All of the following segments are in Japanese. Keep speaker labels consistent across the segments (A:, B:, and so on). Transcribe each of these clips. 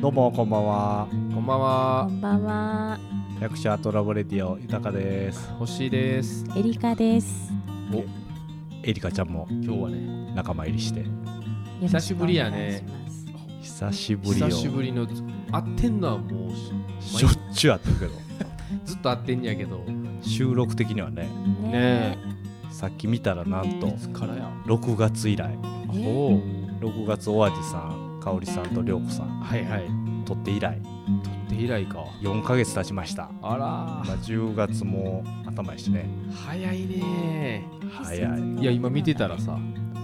A: どうもこんばんは
B: こんばん
C: こ
B: は、
C: んばんは、
A: 役者トラボレディオ豊かです
B: 星です。
C: エリカです。
B: お、
A: エリカちゃんも
B: 今日はね、
A: 仲間入りして
C: よろしくお願い
B: 久しぶりやね
C: します。
A: 久しぶりよ
B: 久しぶりの、会ってんのはもうし
A: しょっちゅう会ってるけど
B: ずっと会ってんやけど、
A: 収録的にはね
C: ね
A: さっき見たらなんと
B: いつからや。
A: 6月以来
C: え。ね
B: おう
A: 6月お味さん香織さんと涼子さん
B: はいはい。
A: 撮って以来
B: で以来か。
A: 4ヶ月経ちましたま
B: あ
A: あ10月も頭やしね
B: ら、早いね。
A: 早い
B: いや、今見てたらさ、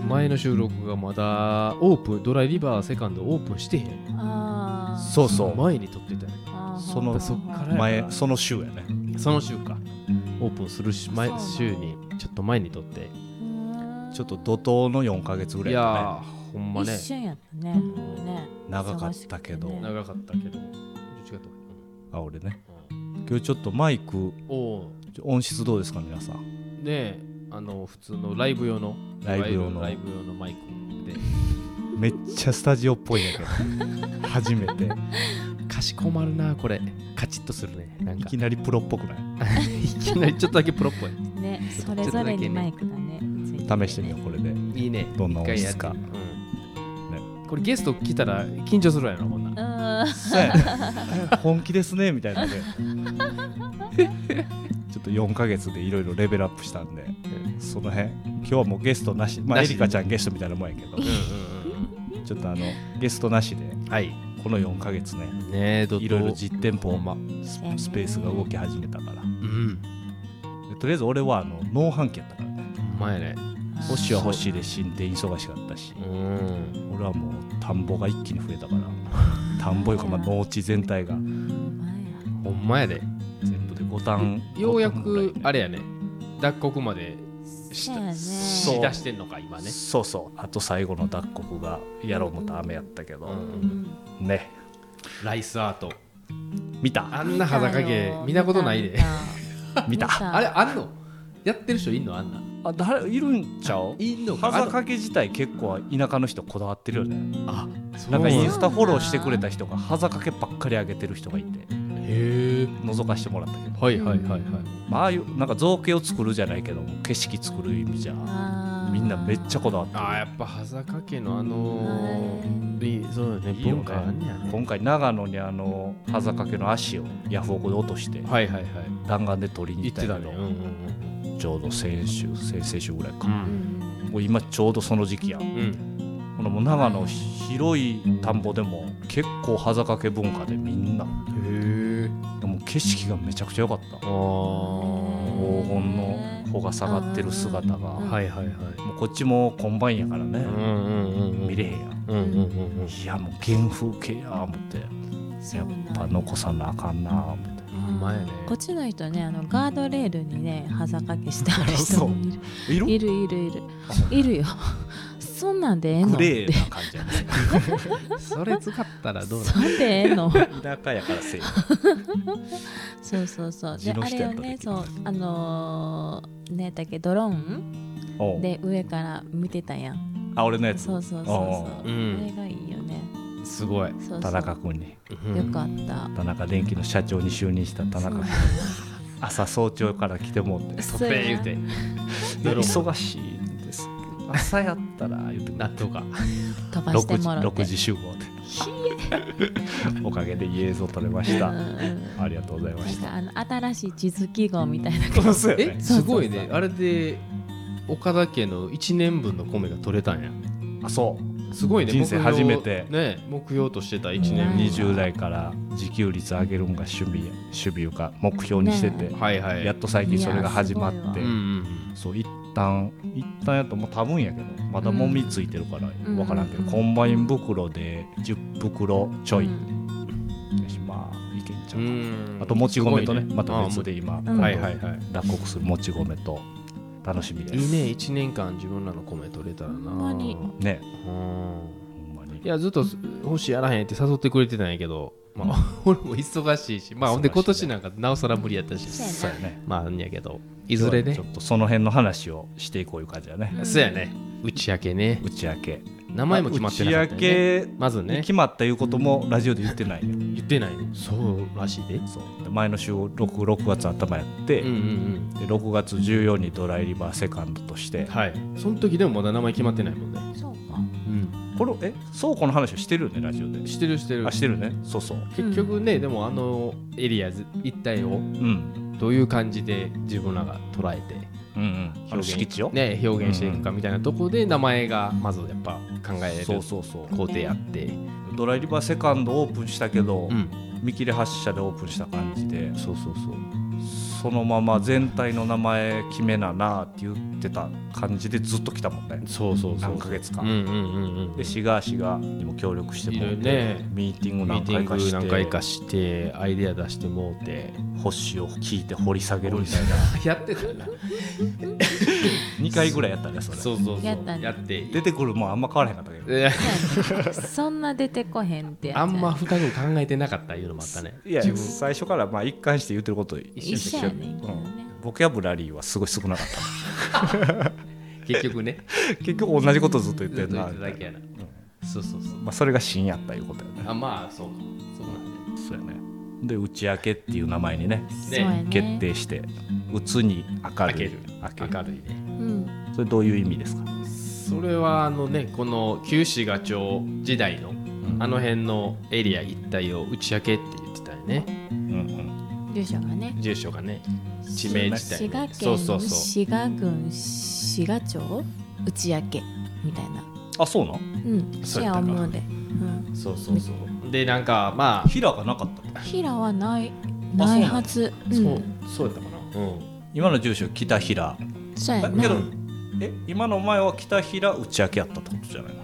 B: 前の収録がまだオープン、ドライリバーセカンドオープンしてへん。
C: あー
A: そうそう
B: 前に撮ってたよ。
C: あー
A: その
B: そっから
A: 前その週やね
B: その週か。オープンするし前
C: そうなんだ
B: 週に、ちょっと前に撮って。
A: ちょっと怒涛の4ヶ月ぐら
B: い
A: いだ
B: やー、ほんまね
C: 一、瞬やったね。
B: ん
C: ね
A: ね長かったけど
C: 忙しくてね
B: 長かったけど、どっちかと。
A: あ俺ね
B: うん
A: 今日ちょっとマイク
B: おおう。
A: 音質どうですか皆さん
B: ねえあの普通のライブ用の
A: ライブ用の
B: ライブ用のマイクで
A: めっちゃスタジオっぽいんやけど初めて
B: かしこまるなこれカチッとするねなん
A: い
B: か
A: きなりプロっぽくない
B: いきなりちょっとだけプロっぽい
C: ね、それぞれにマイクがね。ついてて
A: 試してみようこれで
B: いいね
A: どんな音質
B: 一回
A: か
B: やってうんこれゲスト来たら緊張するやろこんな
C: うんーん。
A: そうやね 本気ですねみたいなね ちょっと4ヶ月でいろいろレベルアップしたんでその辺今日はもうゲストなしまあ
B: な
A: エ
B: し
A: リカちゃんゲストみたいなもんやけ どちょっとあのゲストなしで
B: はいね
A: この4ヶ月ね
B: えど
A: いろいろ
B: じ
A: 実店舗を、ま、ス
C: そうやね
A: スペースが動き始めたから
B: うん
A: でとりあえず俺はあの農飯期やったからね
B: 前ね
A: 星は星で進展忙しかったし
B: うん
A: 俺はもう田んぼが一気に増えたから 田んぼいうかまあ農地全体が
B: ほんまやで
A: 全部で5単
B: ようや
A: 五反ぐ
B: く
A: らいね
B: あれやね脱穀まで
C: そうやね。
A: そ
B: し
A: う
B: だしてんのか今ね
A: そうそうあと最後の脱穀がやろうもた雨やったけど、
C: うん
A: ね
B: ライスアート
A: 見た
B: あんな裸毛見たことないで。
A: 見た
B: あれあんのやってる人いんのあんな
A: あ誰いるんちゃう
B: いんのか
A: 風掛け自体結構田舎の人こだわってるよね
B: あ
A: なんかイン
B: へ
A: スタフォローしてくれた人が風掛けばっかり上げてる人がいて
B: え
A: 覗かしてもらったけど、
B: はいはいはいはい
A: まあああいうなんか造形を作るじゃないけども景色作る意味じゃみんなめっちゃこだわって
B: あーやっぱはざかけのあの
C: はい
B: ー、いそうだね
A: いいよね
B: 文化あんねやね
A: 今回長野にあの風掛けの足をヤフオクで落として
B: はいはいはい
A: 弾丸で取りに
B: 言
A: 行
B: っ
A: った
B: て
A: けど、
B: たねうんうんうん
A: ちょうど先週先々週ぐらいか、
C: た
A: もう今ちょうどその時期やん
B: うん
A: このもう長野広い田んぼでも結構風掛け文化でみんな
B: へえ
A: でも景色がめちゃくちゃ良かった
B: あ
C: お
A: 黄
B: ー
A: 金の穂が下がってる姿が
C: うん
A: も
B: はいはいはいう
A: こっちもコンバインやからね
B: うんうんうんうん
A: 見れへんやん
B: うんうんうんうん
A: いやもう原風景や思ってやっぱ残さなあかんなあ思って
B: ほんまやね
C: こっちの人ねあのガードレールにねはざかけしてある人もいる
A: いる
C: いるいるいるいるよそんなんでええの
A: グレーな感じやね
B: それ使ったらど うな
C: そんでええの
A: 田舎やからせい
C: そうそうそう
A: 地
C: で
A: の
C: あ
A: 人
C: れ
A: や
C: を
A: ったらでき
C: ね
A: る
C: そうあのー、ねだっけドローン
A: おう
C: で上から見てたやん
A: あ俺のやつ
C: そうそうそうそうう、
B: ん
C: あれがいいよね
B: すごい
C: そうそう
A: 田中君に
C: よかった
A: 田中電機の社長に就任した田中君朝早朝から来てもうて
B: ト
C: そうや
B: ペ言うてドローン
A: 忙しいんですけど朝やったら言ってくれ
B: 納
A: て
B: 豆が
C: 飛ばしてもらっ
A: 6
C: て
A: 時時集合でおかげでいい映像撮れました
C: うんうん
A: ありがとうございま
C: なん
A: し
C: かあの新しい地図記号みたいな
A: たそう
B: え
C: そ
B: す
C: うそうそう
B: ごいねあれで岡田家の1年分の米が取れたんや
A: あそう
B: すごいね
A: 人生
B: 目標
A: 初めて
B: ね目標としてた1
C: うん
B: 年
A: 20代から自給率上げるんが趣味趣味いうか目標にしてて、
C: ね
B: はいはい
A: やっと最近それが始まって
B: うんうん
A: そう一旦一旦やともう多分やけどまだもみついてるから
C: ん
A: 分からんけど、
C: うん
A: コンバイン袋で10袋ちょい、
C: うん
A: よしまあいけんちゃ
B: う
A: う、
B: ん
A: か
B: うん
A: あともち米とね
B: すごい
A: また別で今、
C: うん
B: はいはいはい
A: 脱穀するもち米と楽しみです
B: いいね1年間自分らの米取れたらな
C: ほんまに
A: ね
B: うん
A: ほんまに
B: いやずっと星やらへんって誘ってくれてたんやけどま あ俺も忙しいしまあほんで今年なんかなおさら無理やったし
C: そうやな
A: そうやね
B: まああんやけどいずれね
A: ちょっとその辺の話をしていこういう感じだね、
B: そうやね打ち明けね
A: 打ち明け
B: 名前も決まってなか
A: ま
B: っ
A: あ打
B: た
A: ち
B: よ
A: 明
B: ね
A: け
B: まず
A: に
B: ね
A: 決まったいうこともラジオで言ってないよ
B: 言ってないねそうらしいで
A: そう前の週六六月頭やって、
B: うんうん
A: で6月14にドライリバーセカンドとして
B: うんはいその時でもまだ名前決まってないもんね
C: そう
B: う
C: か
B: ん
A: これえ倉庫の話をしてるよねラジオで
B: してるしてる
A: あしてるねそうそう
B: 結局ねでもあのエリアず一帯を
A: うん
B: どういう感じで自分らが捉えて
A: うんうんあの敷地を、
B: ね表現していくかみたいなとこで名前がまずやっぱ考える
A: そうそうそう
B: 工程やって
A: ドライリバーセカンドオープンしたけど、
B: うん
A: 見切り発車でオープンした感じで
B: そうそうそう
A: そのまま全体の名前決めななって言ってた感じでずっと来たもんね
B: そうそうそう
A: 何ヶ月
B: う
A: 間、
B: んうんうんうん
A: でシガーシガーにも協力してもらっ
B: い
A: て
B: ろいろね
A: ミーティング
B: ミー
A: 何
B: ティ
A: 回
B: ン
A: かし
B: グ
A: て
B: 何回かしてアイデア出してもう て
A: ホッシュを聞いて掘り下げるみたいな
B: やってたな
A: 2回ぐらいやったねそれ
B: そうそうそう
C: やったね
B: やって
A: 出てくるもんあんま変わらへんかったけど
B: えー
C: そんな出てこへんってやつ
B: あんま深く考えてなかったいうのもあったね
A: いや
B: 自分
A: 最初からまあ一貫して言ってること一
C: 一緒
A: 緒
C: やねんけ
A: う
C: どね
A: ん、ボキャブラリーはすごい少なかっ
B: 結局 ね
A: た 結局同じことずっと言って
B: ずっ
A: る
B: と言
A: な
B: ってただけやなそうそうそう
A: まあ、それが芯やったいうことやね
B: あまあそうかそうなんだ
A: そうやねで「打ち明け」っていう名前にね
C: そうやね
A: 決定して「打つ」に「明るい」
B: 明ける
A: 明ける
B: 明るいね
C: うん
A: それどういう意味ですか、
B: それはあのねこの旧市賀町時代のあの辺のエリア一帯を打ち明けって言ってたよね
A: うんうん
C: 住所がね
B: 住所がね地名自体
C: 滋賀
B: ね
C: 県
B: そうそうそ
C: 滋賀郡滋賀町内明けみたいな
A: あそうなん
C: うん
B: そう
C: そう
B: や
C: や
B: ったか
C: 思うで、うん、
B: うそうそうそうでなんかまあ
A: 平がなかった
C: 平はない
A: あ
C: ないはずう
B: そうんそうやったかなうん
A: 今の住所北平
C: そうや
A: だ
C: な
A: けどえ今の前は北平打ち明けやったってことじゃないの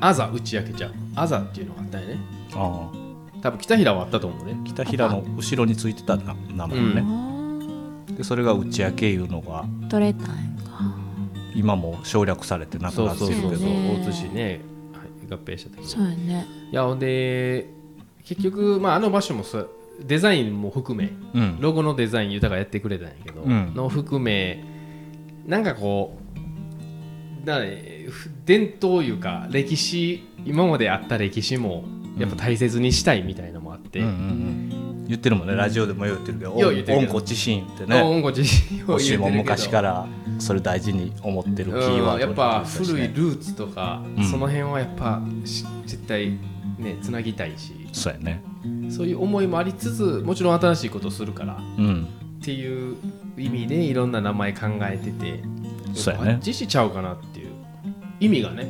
B: あざ打ち明けちゃうあざっていうのがあったよね
A: ああ
B: 多分北平はあったと思うね
A: 北平の後ろについてたな名前
B: う
A: ね、
C: あ
A: でそれが打ち明けいうのが
C: ー取れたんやか
A: 今も省略されてなく
B: そう
A: な
B: そう
A: って
B: そ
A: る
B: う
A: けど
B: そう
C: そうやね
B: 大津市ねはい合併した時
C: そうやね
B: いやほんで結局、まあ、あの場所もそうデザインも含め
A: うん
B: ロゴのデザイン豊がやってくれたんやけど、
A: うん
B: の含めなんかこうだねふ伝統いうか歴史今まであった歴史もやっぱ大切にしたいみたいのもあって、
A: うんうんうん言ってるもんねラジオでもよう言ってるけど
B: よう言ってるけど
A: 恩子知心って
B: ね、
A: ね
B: 音楽自身を
A: おし
B: 言
A: も
B: ってるけ
A: 昔
B: ど
A: からそれ大事に思ってるキーワード
B: うんやっぱ古い
A: ル
B: ルーツとか、
A: うん
B: その辺はやっぱし絶対ねつなぎたいし
A: そうやね
B: そういう思いもありつつもちろん新しいことするから
A: うん
B: っていう意味でいろんな名前考えてて
A: そうや
B: あ
A: ね
B: っちしちゃうかなっていう意味がね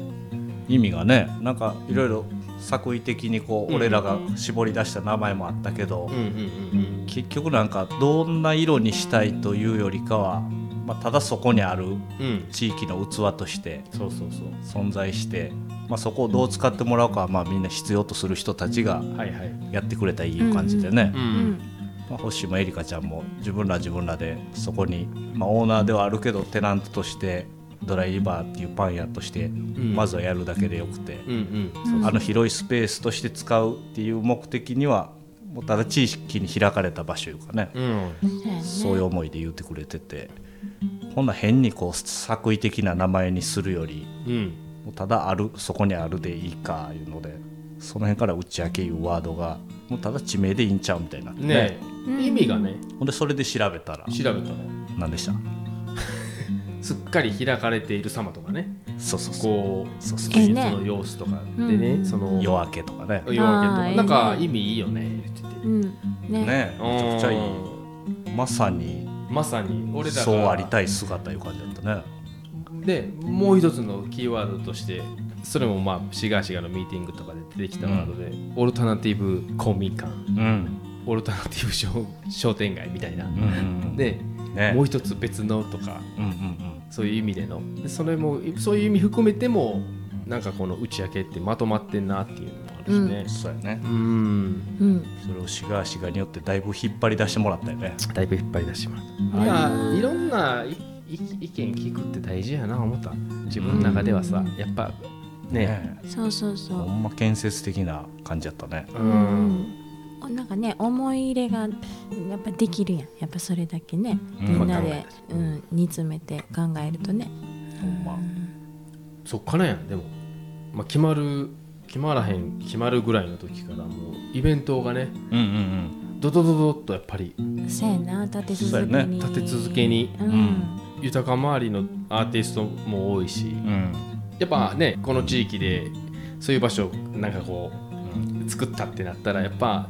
A: 意味がねなんかいろいろ作為的にこう、
B: うん
A: 俺らが絞り出した名前もあったけど、
B: うんうんうん
A: 結局なんかどんな色にしたいというよりかは、まあ、ただそこにある
B: うんうん
A: 地域の器として
B: そうそうそう
A: 存在して、まあ、そこをどう使ってもらうかはまあみんな必要とする人たちが
B: はいはいうん
A: やってくれたらいい感じでね、
C: う
A: まあ、星もエリカちゃんも自分ら自分らでそこに、まあ、オーナーではあるけどテナントとしてドライリバーっていうパン屋として
B: ん
A: まずはやるだけでよくて、
B: うんうん
C: うん
A: あの広いスペースとして使うっていう目的にはもうただ地域に開かれた場所いうかね、
B: うん
A: そういう思いで言ってくれててこんな変にこう作為的な名前にするより
B: うん
A: もうただあるそこにあるでいいかいうのでその辺から打ち明けいうワードがもうただ地名でいいんちゃうみたいになってね
B: ね
C: うん
B: 意味がね
A: ほんでそれで調べたら
B: 調べたら
A: 何でした
B: すっかり開かれている様とかね
A: そうそうそう
B: こう
A: そうそう
C: ええね
B: その様子とかでね、
C: うん
B: その
A: 夜明けとかね
B: 夜明けと
C: あー
B: か
C: ええね
B: なんか意味いいよね言ってて
C: うんね
A: ね
B: うん
A: めちゃくちゃいいまさに
B: まさに俺らが
A: そうありたい姿いう感じだったね
B: でもう一つのキーワードとしてそれもまあシガーシガーのミーティングとかで出てきたワードで、オルタナティブ公民館
A: うん
B: オルタナティブ商商店街みたいな、
A: うんうん
B: で、
A: ね
B: もう一つ別のとか
A: うんうんうん
B: そういう意味でのでそれもそういう意味含めてもなんかこの打ち明けってまとまってんなっていうのもあるしね
A: そうやね
B: うん
C: うん
A: それをシガーシガーによってだいぶ引っ張り出してもらったよね
B: だいぶ引っ張り出してもらった
C: はい
B: まあいろんないい意見聞くって大事やな思った自分の中ではさやっぱね
A: ね
C: そうそうそ
A: ほ
C: うん
A: ま建設的な感じやったね
B: う
C: なんかね思い入れがやっぱできるやんやっぱそれだけね
A: うん
C: みんなで、うん、煮詰めて考えるとね
A: ほんま
B: そっからやんでもまあ、決まる決まらへん決まるぐらいの時からもうイベントがね
A: うんうん
B: ドドドドっとやっぱり
C: せやな立て
A: そう
C: 続
A: や
C: け
A: ね
C: に
B: 立て続けに
C: うん、
B: 豊か周りのアーティストも多いし
A: うんうん
B: やっぱねこの地域でそういう場所をなんかこう作ったってなったらやっぱ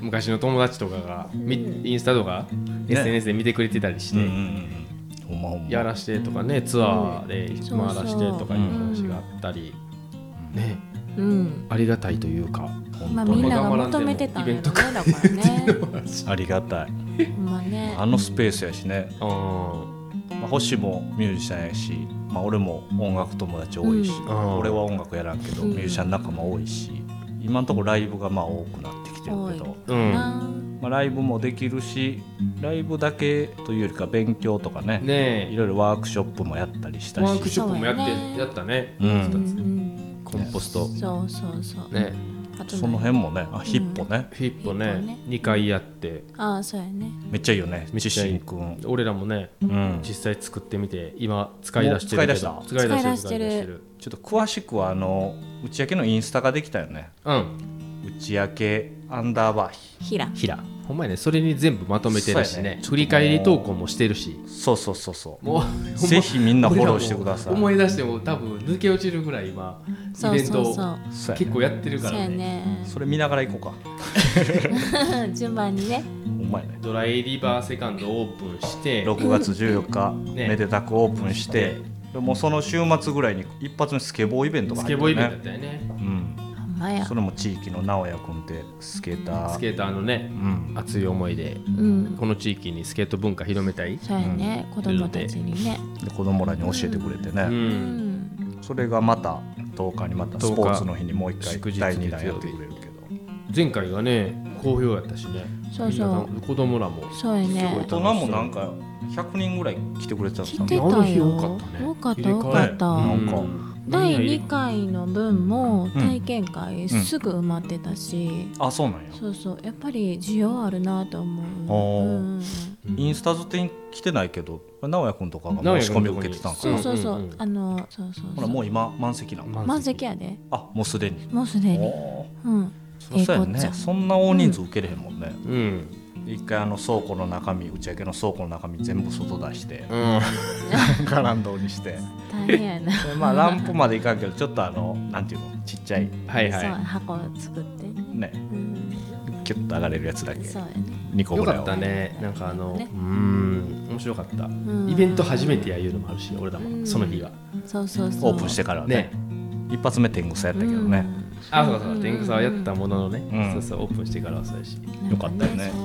B: 昔の友達とかがみインスタとか
A: ね
B: SNS で見てくれてたりして、
A: うんうんうんほんまほんま
B: やらしてとかねツアーで
C: そうそう
B: 回らしてとかいう話があったり、ね
C: うん
B: ありがたいというか
C: ま
A: 本
C: あ
A: 当
C: みん
A: に
C: なが求めてたんやろねだからね
A: ありがたい
C: ほんまね
A: あのスペースやしね、
B: うん
A: まあ、星もミュージシャンやし、まあ、俺も音楽友達多いし、
C: うん
B: あー
A: 俺は音楽やらんけど
C: うん
A: ミュージシャン仲間多いし今のところライブがまあ多くなってきてるけ
C: 多
A: ど
C: い、
B: うん
C: な
A: まあ、ライブもできるしライブだけというよりか勉強とかねい
B: ね
A: ろいろワークショップもやったりした
B: え
A: し
B: ワークショップもやって
C: そうやね
B: やったね
A: う、
C: うんん
A: コンポスト
C: うん、そうそうそう
B: ね
C: あと
A: その辺もねあヒッポね、
B: ヒップ
C: ヒップ
B: ね
C: ね
B: 2回やって
C: ああそうやね
A: めっちゃいいよね
B: めっ
A: 知
B: ちゃいい
A: 心くん、
B: 俺らもね
A: うん、ちょ
B: 実際作ってみて今使い出してるけど
A: もう
B: 使い出してる
C: 使い出して
A: っ
C: る
A: と詳しくはあの打ち明けのインスタができたよね
B: うん
A: 打ち明けアンダーバーヒ
C: ひら
B: ひらほんまやねそれに全部まとめてるし
A: そうや
B: ね
A: ね
B: 振り返り投稿もしてるし
A: そうそうそうそう
B: もうほんま
A: ぜひみんなフォローしてください
B: 俺らも思い出しても多分抜け落ちるぐらい今
C: そ
B: イ
C: う
B: ベン
C: そうそ
B: ト
C: う
A: そうやね
B: 結構やってるか
C: そう
B: ら
C: や
B: ね
C: ね
A: それ見ながら行こうか
C: 順番にね
A: ほんまやね
B: ドライリバーセカンドオープンして
A: 6月14日、
B: ね
A: めでたくオープンして
B: ね
A: でもうその週末ぐらいに一発のスケボーイベントが
B: ス
A: 入
B: ケ
A: って
B: ボーイ
A: る
B: ベントだっ
A: ね
B: たよね
A: うん、
C: ほんまや
A: それも地域の直哉君ってスケーター
B: スケーターの
A: う
B: ね
A: ん、
B: 熱い思いで
C: うん
B: この地域にスケート文化広めたい
C: そうやね、子供たちにね
A: で子供らに教えてくれてね、
B: う
C: うんん
A: それがまた10日にまた
B: 10日
A: スポーツの日にもう一
B: 祝
A: 回
B: 日
A: 第2弾やってくれるけど
B: 前回がね好評やったしね
C: そうそう
B: みんな子供らも
C: そうやね
A: 大人もなんか100人ぐらい来てくれてた
C: 来
A: ん
C: て
A: だ
C: た
B: あの日
C: よ
B: 多かったね
C: 多かっ
B: 入れ替
C: た
B: え
C: 多かった
A: なんか
C: 第2回の分も
A: うん
C: 体験会すぐ埋まってたし、
A: あそうなんや
C: そうそうやっぱり需要あるなと思
A: あ
C: う、
A: ー
C: うん、
A: インスタズテに来てないけど直哉君とかが申し込み受けてたんか
C: そ
A: な
C: うそうそう、
B: うんうんうん
C: あのそうそう
A: ほ
C: そ
A: ら
C: う
A: もう今満席なの
C: 満席やで
A: あもうすでに
C: もうすでに
A: おー
C: うん
A: そりゃそうや
C: ええこっち
A: ね
C: ゃ
A: そんな大人数受けれへんもんね
B: うん
A: 一回あの倉庫の中身打ち上げの倉庫の中身全部外出して
B: うん
A: ガランドにして
C: 大変やな
A: でまあランプまでいかんけどちょっとあのなんていうのちっちゃい
B: はい
C: そう
B: は
C: 箱を作ってね、
A: ね
C: うん、
A: キュッと上がれるやつだけ
C: そうやね、
A: 2個
B: いよ
A: ぐらい
B: かったねなんかあの
C: ね
B: うん面白かった
C: うん
B: イベント初めてやいうのもあるし俺ら
C: う
B: も
C: ん
B: その日は
C: そうそうそう
A: オープンしてからはね
B: ね
A: 一発目天狗さやったけどね、
B: あそうかそうか天狗さんはやったものの
A: う
B: ね
A: ん
B: そうそうオープンしてからはそうやし
A: よかったよね
C: そ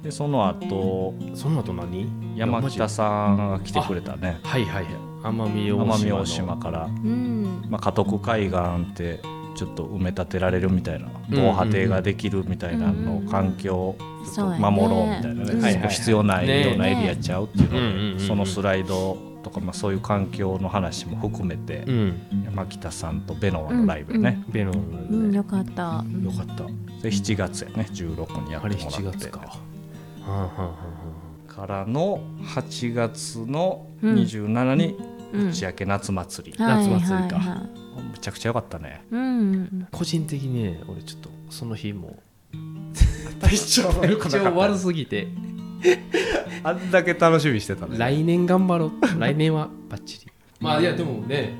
C: う
A: でその後
B: その後何
A: 山北さんが来てくれたね
B: はいはいはい奄美大島の
A: 奄美大島から、
C: うん
A: まあ、家督海岸ってちょっと埋め立てられるみたいな防波堤ができるみたいな
C: うんうん
A: の
C: うん
A: 環境をちょっと守ろうみたいなね
C: そうやね
A: そこ必要ないようなエリアちゃうっていう
B: ねうんうんう
A: の
B: んうん
A: でそのスライドとか、まあ、そういう環境の話も含めて、
B: うん
A: 山北さんとベノワのライブね、
B: ベノン
C: うん、
B: ね
C: よかった、うん
B: よかった
A: で7月やね16にやっても
B: あれ
A: らって
B: 7月か。はあはあは
A: からの8月の
C: うん
A: 27に
C: うん
A: 打ち明け夏祭り、
C: はい
B: 夏祭りか
C: はいはい
A: めちゃくちゃ良かったね
C: うん
B: あ、個人的にね、俺ちょっとその日も
A: 体調
B: 体 調悪すぎて、
A: あんだけ楽しみしてたね
B: 来年頑張ろ う。来年はバッチリ。まあいやでもね、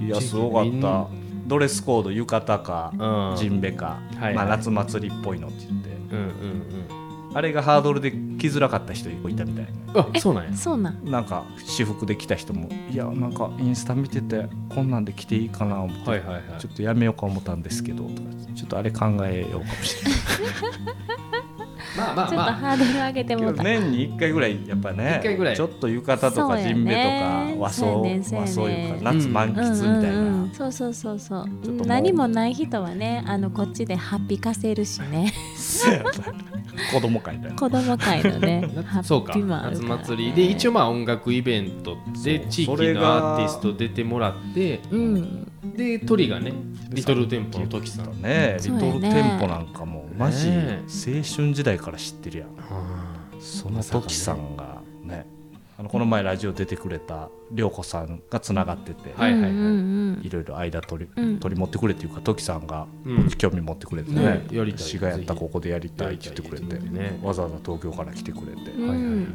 A: いやすごか
B: み
A: っ
B: ん
A: た
B: な
A: ドレスコード浴衣か
B: うん
A: ジンベか、
B: はい
A: まあ、夏祭りっぽいのって言って
B: うんうん
A: あれがハードルで来づらかった人いたみたい
B: うん。あ、そうなんや。
C: そうなん
A: なんか私服で来た人もいやなんかインスタ見ててこんなんで来ていいかな思って、
B: はいはいはい。
A: ちょっとやめようか思ったんですけどとかちょっとあれ考えようかもしれない
B: まあまあ
C: ちょっと
B: まあ。
C: ハードル上げて
A: け
C: も
A: ど
C: うた、
A: 年に1回ぐらいやっぱね
B: 一回ぐらい
A: ちょっと浴衣と
C: そう
A: か
C: やね
A: ジンベとか和
C: そう
A: 装、
C: やねそうやね
A: 和装浴衣夏満喫みたいな、
C: うんうんうん、そうそうそうそう
A: ちょっともう
C: 何もない人はねあのこっちでハッピーかせるしね
A: そうやね子供会だよ
C: 子供会のねハ
B: そう
C: ッ
B: か
C: ピーもある
B: 夏
C: から、ね、
B: 祭りで一応まあ音楽イベントで
A: そう
B: 地域
A: それ
B: の
A: が
B: アーティスト出てもらって
C: うん
B: でトリがねリトルテンポの時さん
A: ねリ
C: そう
A: ト
C: やね
A: ルテンポなんかもうマジ青
B: ね
A: 春時代から知ってるやん、
B: はあ
A: その時さんがねあのこの前ラジオ出てくれた涼子さんがつながってて、
B: はいはいはい
C: うんうん
A: いろいろ間取り,、
C: うん
A: 取り持ってくれっていうかトキさんが
B: うん
A: 興味持ってくれてね
B: ねやりたい
A: 私がやったらここでやりたいって言ってくれて
B: やりたいって言ってね
A: わざわざ東京から来てくれて、
C: うん
B: はいはいはい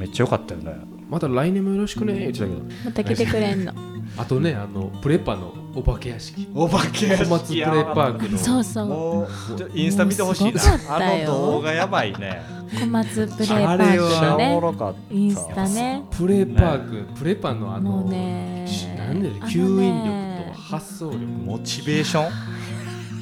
A: めっちゃ良かったよね
B: また来年もよろしくね言ってたけど
C: また来てくれ んの
B: あとねあのプレパのお化け屋敷
A: お化け
B: 小松プレパークの
C: そうそう
A: もうちょインスタ見てほしい
C: もう
A: な
C: すごかった
A: あの
C: よ
A: 動画やばいね
C: 小松プレイパ
B: あ
C: ー
B: れ
A: めっちゃ
C: クの
A: おも
C: ね
A: ろかった
C: インスタね
B: プレパークプレパのあの
C: もうね
B: なんで
C: あのね
B: 吸引力と発想力
A: モチベーション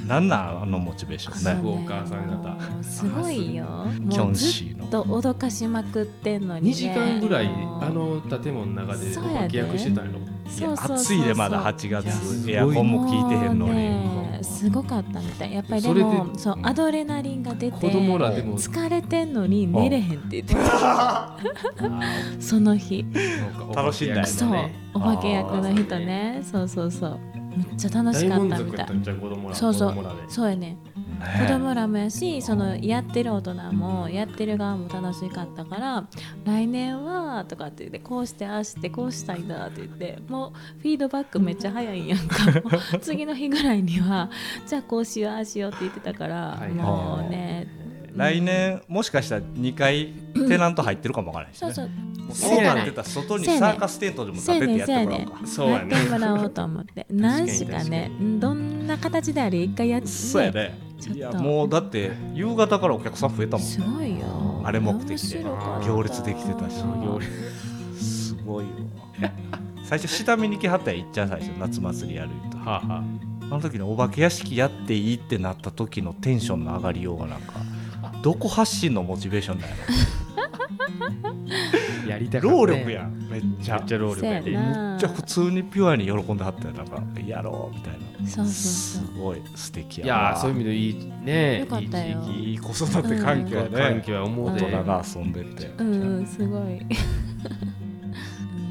A: なんなんあのモチベーションね
B: そうお母さん方
C: もうすごいよ
A: キョ
C: もう
A: ン
C: ず
A: シ
C: っ
A: ーの
C: と脅かしまくってんのに、ね、
B: 2時間ぐらい
C: もう
B: あの建物の中で
C: そうやで
B: お化け役してたんやろ
A: い
C: そ
A: や
C: うそうそうそう
A: 暑いでまだ8
B: いやす
A: 月
B: ごい
A: エアコンも効いてへんの
C: もう
A: に
C: ねすごかったみたいやっぱりで
B: それで
C: もそう
A: うん
C: アドレナリンが出て
B: 子供らでも
C: 疲れてんのに寝れへんって言ってたその日
B: なんか
A: 楽しんだよね
C: そうお化け役の人ねそうそうそうめっちゃ楽し
B: 大
C: か
B: 満
C: った
B: 足
C: み
B: やっ
C: たい
B: たんじゃう子供ら
C: そうそ
B: 子供
C: う
B: らで
C: そうやね子
A: ね
C: 供らもやしそのやってる大人もやってる側も楽しかったから来年はとかって言ってこうしてああしてこうしたいなって言ってもうフィードバックめっちゃ早いんやん かもう次の日ぐらいにはじゃあこうしようああしようって言ってたから、
B: はい
C: もうね
A: 来年もしかしたら2回テナント入ってるかもわからないし
C: そう
A: ね
C: そう
A: そうなってたら外にサーカステントでも立ててやってもらおうか
B: そう
C: や
B: や
C: っ
B: ね
C: てもらおうと思って何しかねどんな形であれ一回やって
A: そうやね
C: ちょっと
A: いやもうだって夕方からお客さん増えたもん
C: すごいよ
A: あれ目的で
C: 面白かった
A: 行列できてたし
B: 行列
A: すごいよ最初下見に来はったやんいっちゃん最初夏祭りやると
B: はあは
A: あの時のお化け屋敷やっていいってなった時のテンションの上がりようがなんかどこ発信のモチベーションだよ
B: あやり たかったね
A: 労力やんめっちゃ
B: めっちゃ労力やで
C: せやな
A: めっちゃ普通にピュアに喜んではったよなんかやろうみたいな
C: そうそうそ
A: す
C: う
A: ごい素敵
B: い
A: や
B: や
A: わ
B: ーそういう意味でいいね
C: よかったよ
B: いい時期
A: いい子育て環境
B: い
A: や
B: い環
A: ね、
B: 境は思うで
A: 大人が遊んでて、
C: うんうんすごい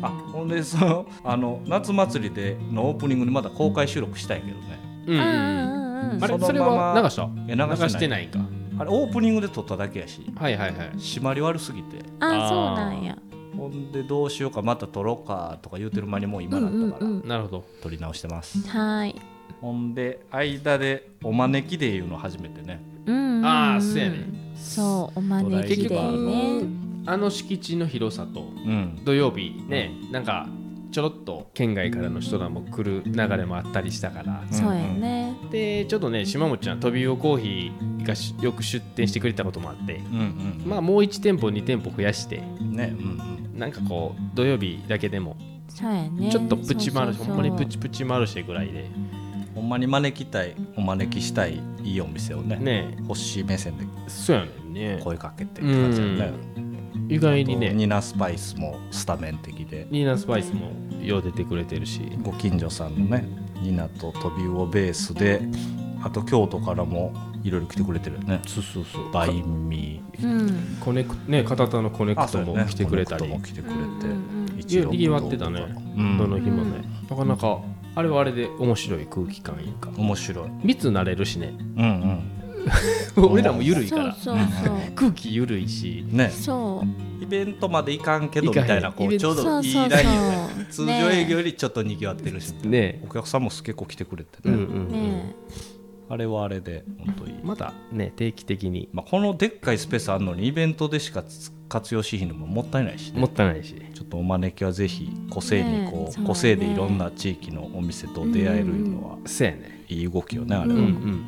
A: あほんでそのあの夏祭りでのオープニングにまだ公開収録したいけどね
B: うんうん
C: う
B: うん
C: んうんうん
B: あれ
A: そのまま
B: それは流した
A: いや流してない
B: 流してないんか
A: あれオープニングで撮っただけやし
B: はいはいはい
A: 締まり悪すぎて
C: あそうなんや
A: ほんでどうしようかまた撮ろうかとか言うてる間にもう今だったから
C: うんうん
B: なるほど
A: 撮り直してます、
C: はい
A: ほんで間でお招きでいうの初めてね
C: うんうんうん
B: あーそうやね
C: そうお招き
B: 結
C: で
B: 局あ
C: ね
B: のあの敷地の広さと
A: うん
B: 土曜日ねなんかちょろっと県外からの人らも来る流れもあったりしたから
C: そうやね
B: でちょっとね島本ちゃんトビウオコーヒーがしよく出店してくれたこともあって
A: うんうん
B: まあもう1店舗2店舗増やして
A: ねうんうん
B: なんかこう土曜日だけでも
C: そうやね
B: ちょっとプチマルシェ
C: そう
B: ほ
C: そうん
B: まにプチプチマルシェぐらいで
A: ほんまに招きたいお招きしたいいいお店をね
B: ね
A: 欲しい目線で
B: そうやねんね
A: 声かけてって感じだよね、
B: うん意外にね
A: ニナスパイスもスタメン的で
B: ニーナスパイスもよう出てくれてるし
A: ご近所さんのねニナとトビウオベースであと京都からもいろいろ来てくれてるよね
B: そうそうそう
A: バインミー
C: うん
B: コネクね片田のコネクトも来てくれたり、
A: コネクトも来てくれて、
C: うんうん
A: 一応
B: にぎわってたね
A: うん
B: どの日もね、
C: う
B: なかなかあれはあれで面白い空気感いいか
A: 面白い
B: 密なれるしね
A: うん
B: 俺らも緩いか
C: そう
B: ら
C: そうそ
B: 空気緩いし
A: うんね
C: うそう
A: イベントまで行かんけど
B: 行
A: み
B: かへん
A: たいなこ
B: イベ
A: う
B: ン
A: ちょ
B: ト
A: うどいいラインよね通常営業よりちょっとにぎわってるし、
B: ね
A: お客さんも結構来てくれて
B: うん
A: ね、
B: うんうん、
C: ね
A: あれはあれで本当いい、
B: またね定期的に
A: まあ、このでっかいスペースあるのにイベントでしかつ活用しひんのももったいないしね
B: もったいないし
A: ちょっとお招きはぜひ個性にこ
C: ねえ
A: う、
C: そうね
A: 個性でいろんな地域のお店と出会えるのは
B: そうやね
A: いい動きよねあれ
B: う
A: は、
B: ん
C: ん
B: う
C: うんん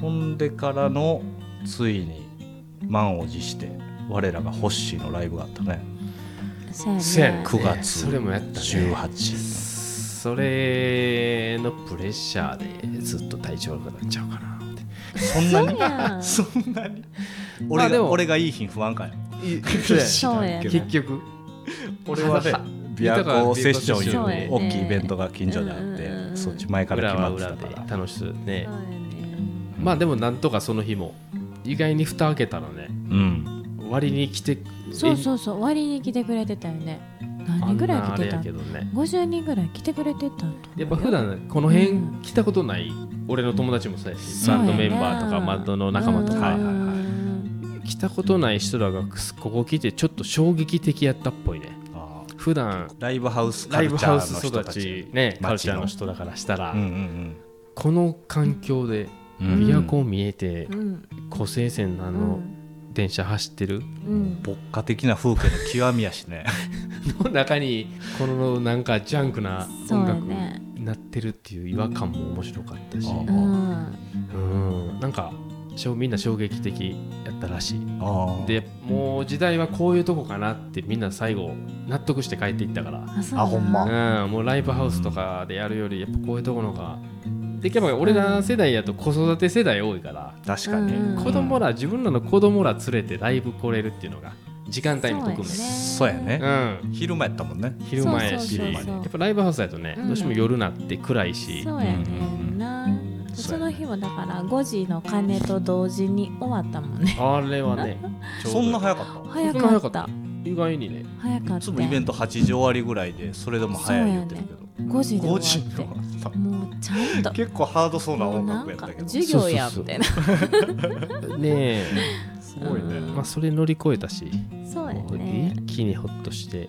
A: ほんでからのついに満を持して我らがホッシーのライブがあったね
C: えそう
B: そう
C: や
B: やね
C: ね
A: 9月
B: それもやったね
A: 18
B: それのプレッシャーでずっと体調悪くなっちゃうかなって
A: そんな
C: そうやん
A: にそんなに俺
B: で
A: が
B: も
A: 俺がいい品不安かよ
B: そうや
C: そうや ね
B: 結局
A: 俺は ね
B: は
A: 琵琶湖セッションい
C: そうや
A: う
C: ね
A: 大きいイベントが近所にあっ
C: うんうんう
A: て
C: ん
A: そっち前から
B: 裏
A: 決ま
B: は
A: ってた
B: 裏で
A: から
B: 楽しいね
C: そうやね
A: うん
B: まあでもなんとかその日も意外に蓋開けたらね
A: うん
B: 割に来て
C: そう
B: う
C: そうそう割に来てくれてたよね何人ぐらい来てた
B: けどね
C: 50人ぐらい来てくれてたんと
B: やっぱ普段この辺来たことない俺の友達もそうやしバンドメンバーとかバンドの仲間と
A: はい
B: か
A: はい
B: 来たことない人らがここ来てちょっと衝撃的やったっぽいね普段
A: ライブハウスカ
B: ライ
A: ル
B: ブ
A: チ
B: ハ
A: ャ
B: ウ
A: ーの
B: ス
A: 人
B: 育
A: た
B: ち
A: ち、
B: ね、カルチ
A: 街
B: ャー
A: の
B: の人だからしたら、
A: うんうん
B: この環境で
A: うん
C: ん
B: 琵琶湖見えて
C: う、ん
B: 湖西線のあ
C: あ
B: の電車走ってる
C: うん
A: 牧歌的な風景の極みやしね
B: の中にこのなんかジャンクな
C: そう
B: 音
C: や
B: 楽に
C: ね
B: なってるっていう違和感も面白かったし、
A: あ
C: うん
B: うん、なんかしょみんな衝撃的やったらしい
A: ああ
B: でもう時代はこういうとこかなってみんな最後納得して帰っていったから、
C: あそうな
A: あほんま
B: うん、もうライブハウスとかでやるよりやっぱこういうとこの方ができれば俺ら世代やと子育て世代多いから
A: 確かに、
C: うん
B: 子供ら自分らの子供ら連れてライブ来れるっていうのが時間帯も含め
C: そうやね
A: そうやね、
B: うん、
A: 昼間やったもんね
B: 昼前やし
C: そうそうそうそう
B: やっぱライブハウスだとね
C: うん
B: どうしても夜なって暗いし、
C: そうやねんな
A: そうやね
C: その日もだから5時の鐘と同時に終わったもんね
B: あれはねちょうど
A: そんな早かった
C: 早
B: そんな
C: か
B: 早
C: っ
B: かったた意外にね
C: 早かっ
A: い
C: た
A: つもイベント8時終わりぐらいでそれでも早い言ってるけ
C: 5時で
A: ど5時
C: 終わっ
A: に
C: て
A: 終わった
C: もうちゃんと
A: 結構ハードそうな
C: もう
A: 音
C: な
A: 楽
C: ん
A: やっ
C: か
A: たけど
C: 授業や
B: そうそうそう
C: みたいな
B: ねえ
A: すごいね、
C: うん
B: まあそれ乗り越えたし、
C: そうや
B: もう
C: ね
B: 一気にホッとして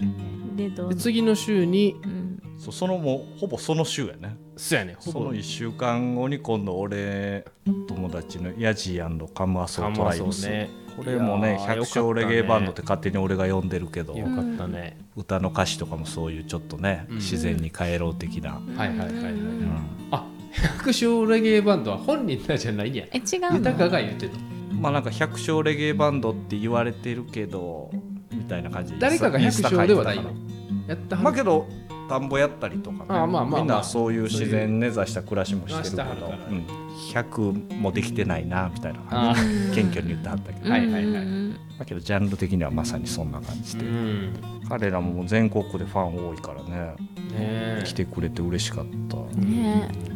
C: でどう
B: で次の週に
C: うん
A: そうそのもうほぼその週やね
B: そうやねほ
A: その
B: ぼ
A: 1週間後に今度俺友達のヤジーカムアソ
B: カ
A: ート
B: マ
A: ライ
B: ソ
A: ブス、
B: ね
A: これもね
B: いやー
A: 百姓レゲエバンドって
B: よ
A: 勝手に俺が呼んでるけど、
B: かったね
A: 歌の歌詞とかもそういうちょっとね、
B: うん
A: 自然に帰ろう的な、
B: はいはいはいはい
A: うん
B: あ百姓レゲエバンドは本人らじゃないんや
C: え違う
B: 豊か
C: の
B: が言ってた
A: まあなんか百姓レゲエバンドって言われてるけどみたいな感じで
B: 誰かが
A: インス
B: 百
A: タ書てた
B: 姓では
A: か
B: な
A: ら
B: いのやった
A: ま
B: は
A: あ
B: る
A: けど田んぼやったりとかね
B: あまあまあまあ
A: みんなそういう自然根ざした暮らしもしてるけ
B: あして
A: ど、
B: は
A: う
B: るからね
A: ん、100もできてないなみたいな
B: あ
A: 感じ
B: ー
A: 謙虚に言ってはったけど、
C: うん
A: ま
B: はいはいはい
C: うん
A: あけどジャンル的にはまさにそんな感じ
B: う
A: で、
B: んね
A: 彼らももう全国区でファン多いからね
B: え
A: 来てくれて嬉しかった
C: ね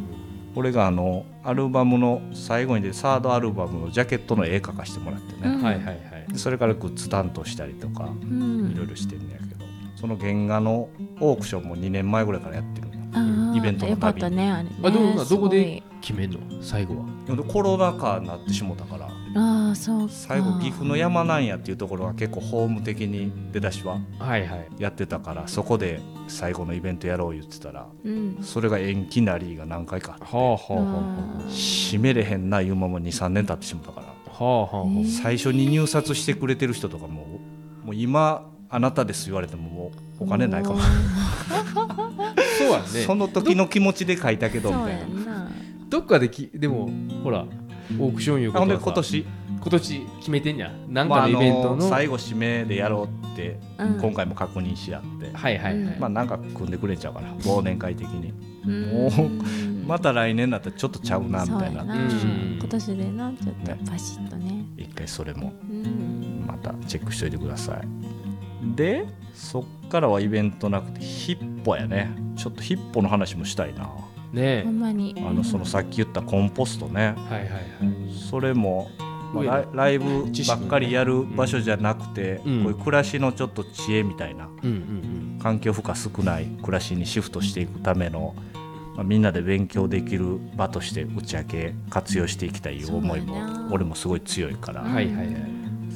A: 俺があのアルバムの最後にでサードアルバムのジャケットの絵描かしてもらって
C: うん
A: ね、
B: はいはいはい
A: でそれからグッズ担当したりとか
C: う
A: いろい
C: ん
A: ろしてんねやけどその原画のオークションも2年前ぐらいからやってるんや
C: あー
A: イベントの度に
C: よかったねあれね
B: あどうな
C: す
B: ど
C: ご
B: こ
C: い
B: で決めんの最後は
A: でもコロナ禍になってしもたから
C: ああそうか
A: 最後岐阜の山なんやっていうところが結構ホーム的に出だしは
B: はいはい
A: やってたからそこで最後のイベントやろう言ってたら
C: うん
A: それが延期なりが何回かあって
B: はあはあは
A: 閉めれへんないうまま23年経ってしもたから
B: あはあはあは
C: え
A: 最初に入札してくれてる人とかももう今あなたです言われてももうお金ない かも、
B: あそうやね
A: その時の気持ちで書いたけどみ
C: そう
A: たい
C: や
A: なん
C: な
B: どっかできでもほらオークションいう
A: ほ
B: こと
A: んで
B: は
A: 今
B: さ
A: 年、
B: 今年決めてんやなん
A: まあ
B: かの
A: あ
B: イベントの,、
A: の最後締めでやろうって
C: うん
A: 今回も確認し合って、
B: はいはいはい、
A: まあなんか組んでくれんちゃうから忘年会的に
C: うん
A: もまた来年になったらちょっとちゃうなみ
C: そう
A: た
C: や
A: いな
C: な
B: うん
C: 今年でなちょっとパシッとね
A: 一回それも
C: うん
A: またチェックしといてくださいでそっからはイベントなくてヒッポやねちょっとヒッポの話もしたいな
B: ねえ
C: ほんまに
A: あのそのさっき言ったコンポストね
B: はいはいはい
A: それも、まあライライブばっかりやる場所じゃなくて、
B: うん
A: こういう暮らしのちょっと知恵みたいな
B: うんうん
A: 環境負荷少ない暮らしにシフトしていくための、まあ、みんなで勉強できる場として打ち明け活用していきたいいう思いも
C: そうだな
A: 俺もすごい強いから、
B: うんはいはいはい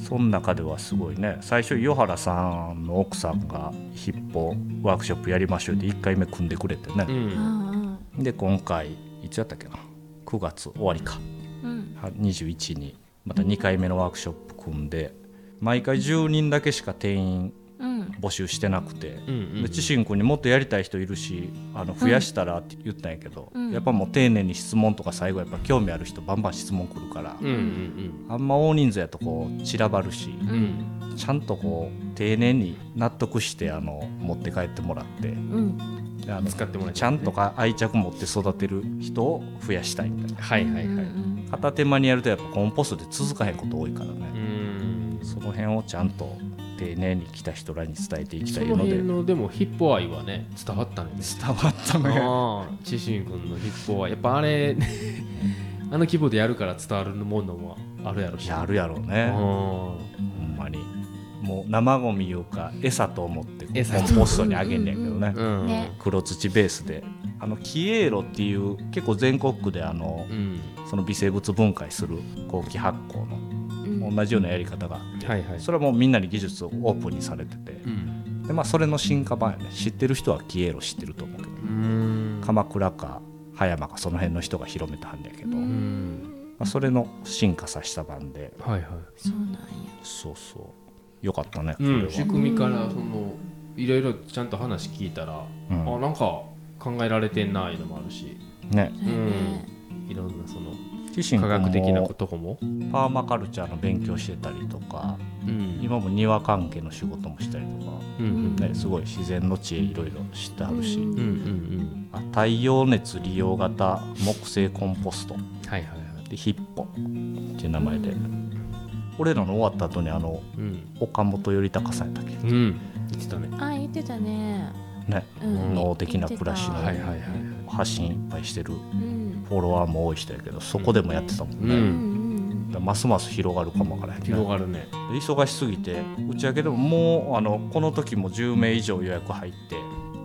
A: その中ではすごいね最初与原さんの奥さんがヒッポワークショップやりましょうって1回目組んでくれて
B: う
A: ね、
B: ん
C: あ
A: で今回いつやったっけな9月終わりか。
C: あうん
A: は21にまた2回目のワークショップ組んで毎回10人だけしか定員
C: うん
A: 募集してなくて、
B: うんうん
A: で知心君にもっとやりたい人いるしあの増やしたらって言ったんやけど、
C: うん
A: やっぱもう丁寧に質問とか最後やっぱ興味ある人バンバン質問来るから、
B: うんうん
A: あんま大人数やとこう散らばるし
B: うんうん
A: ちゃんとこう丁寧に納得してあの持って帰ってもらって
C: うん
A: であの
B: 使ってもらいたいね
A: ちゃんとか愛着持って育てる人を増やしたいみたいな
B: はいはいはい
C: うん
A: 片手間にやるとやっぱコンポストで続かへんこと多いからね。
B: うん
A: その辺をちゃんと丁寧に来た人らに伝えていきた
B: そ
A: いの
B: の
A: で
B: 辺
A: 伝
B: のでもヒップ愛はね伝わったね
A: わったね
B: ああ知心君のヒップ愛やっぱあれあの規模でやるから伝わるものもあるやろし
A: やるやろう
B: う
A: ねほ
B: ん
A: んまにもう生ゴミいうか餌と思ってこう
B: 餌
A: コンポストにあげんねんけどね
B: うん
C: ね
A: 黒土ベースであのキエーロっていう結構全国区であの
B: うん
A: その微生物分解する後期発酵
C: うん
A: の同じようなやり方があって
B: はいはい
A: それはもうみんなに技術をオープンにされてて
B: うん
A: でまあそれの進化版やね知ってる人は消えろ知ってると思うけど
B: うん
A: 鎌倉か葉山かその辺の人が広めたんだけど、
C: う
B: う
A: ま
B: ん
A: あ、それの進化させた版で
B: はいはい
C: そうなんや
A: そうそうよかったねこれ
B: うん、仕
A: は、
B: 組みからそのいろいろちゃんと話聞いたら、
A: うん
B: あなんか考えられてんないうのもあるし
A: ね
C: そうやね
B: いろんなその
A: 岸
B: 科
A: 君
B: 学的なこ
A: も
B: とも、
A: パーマカルチャーの勉強してたりとか
B: うん
A: 今も庭関係の仕事もしたりとか、
B: うんうん
A: ね、すごい自然の知恵いろいろ知ってあるし、
B: うんうんうん
A: あ太陽熱利用型木製コンポスト
B: はいはいはい
A: でヒッポっていう名前で、俺らの終わった後にあの
B: うん
A: 岡本頼隆さんやったっ
B: うん言ってたね
C: あ言ってたね
A: けね
C: うん
A: 能的な暮らしの
B: はいはいはい
A: 発信いっぱいしてる
C: うん
A: フォロワーも多い人やけどそこでもやってたもん
B: う
A: ね、
C: うんん
A: だからますます広がるかもわからへんね
B: 広がるね
A: で忙しすぎて打ち上げでももうあのこの時も10名以上予約入って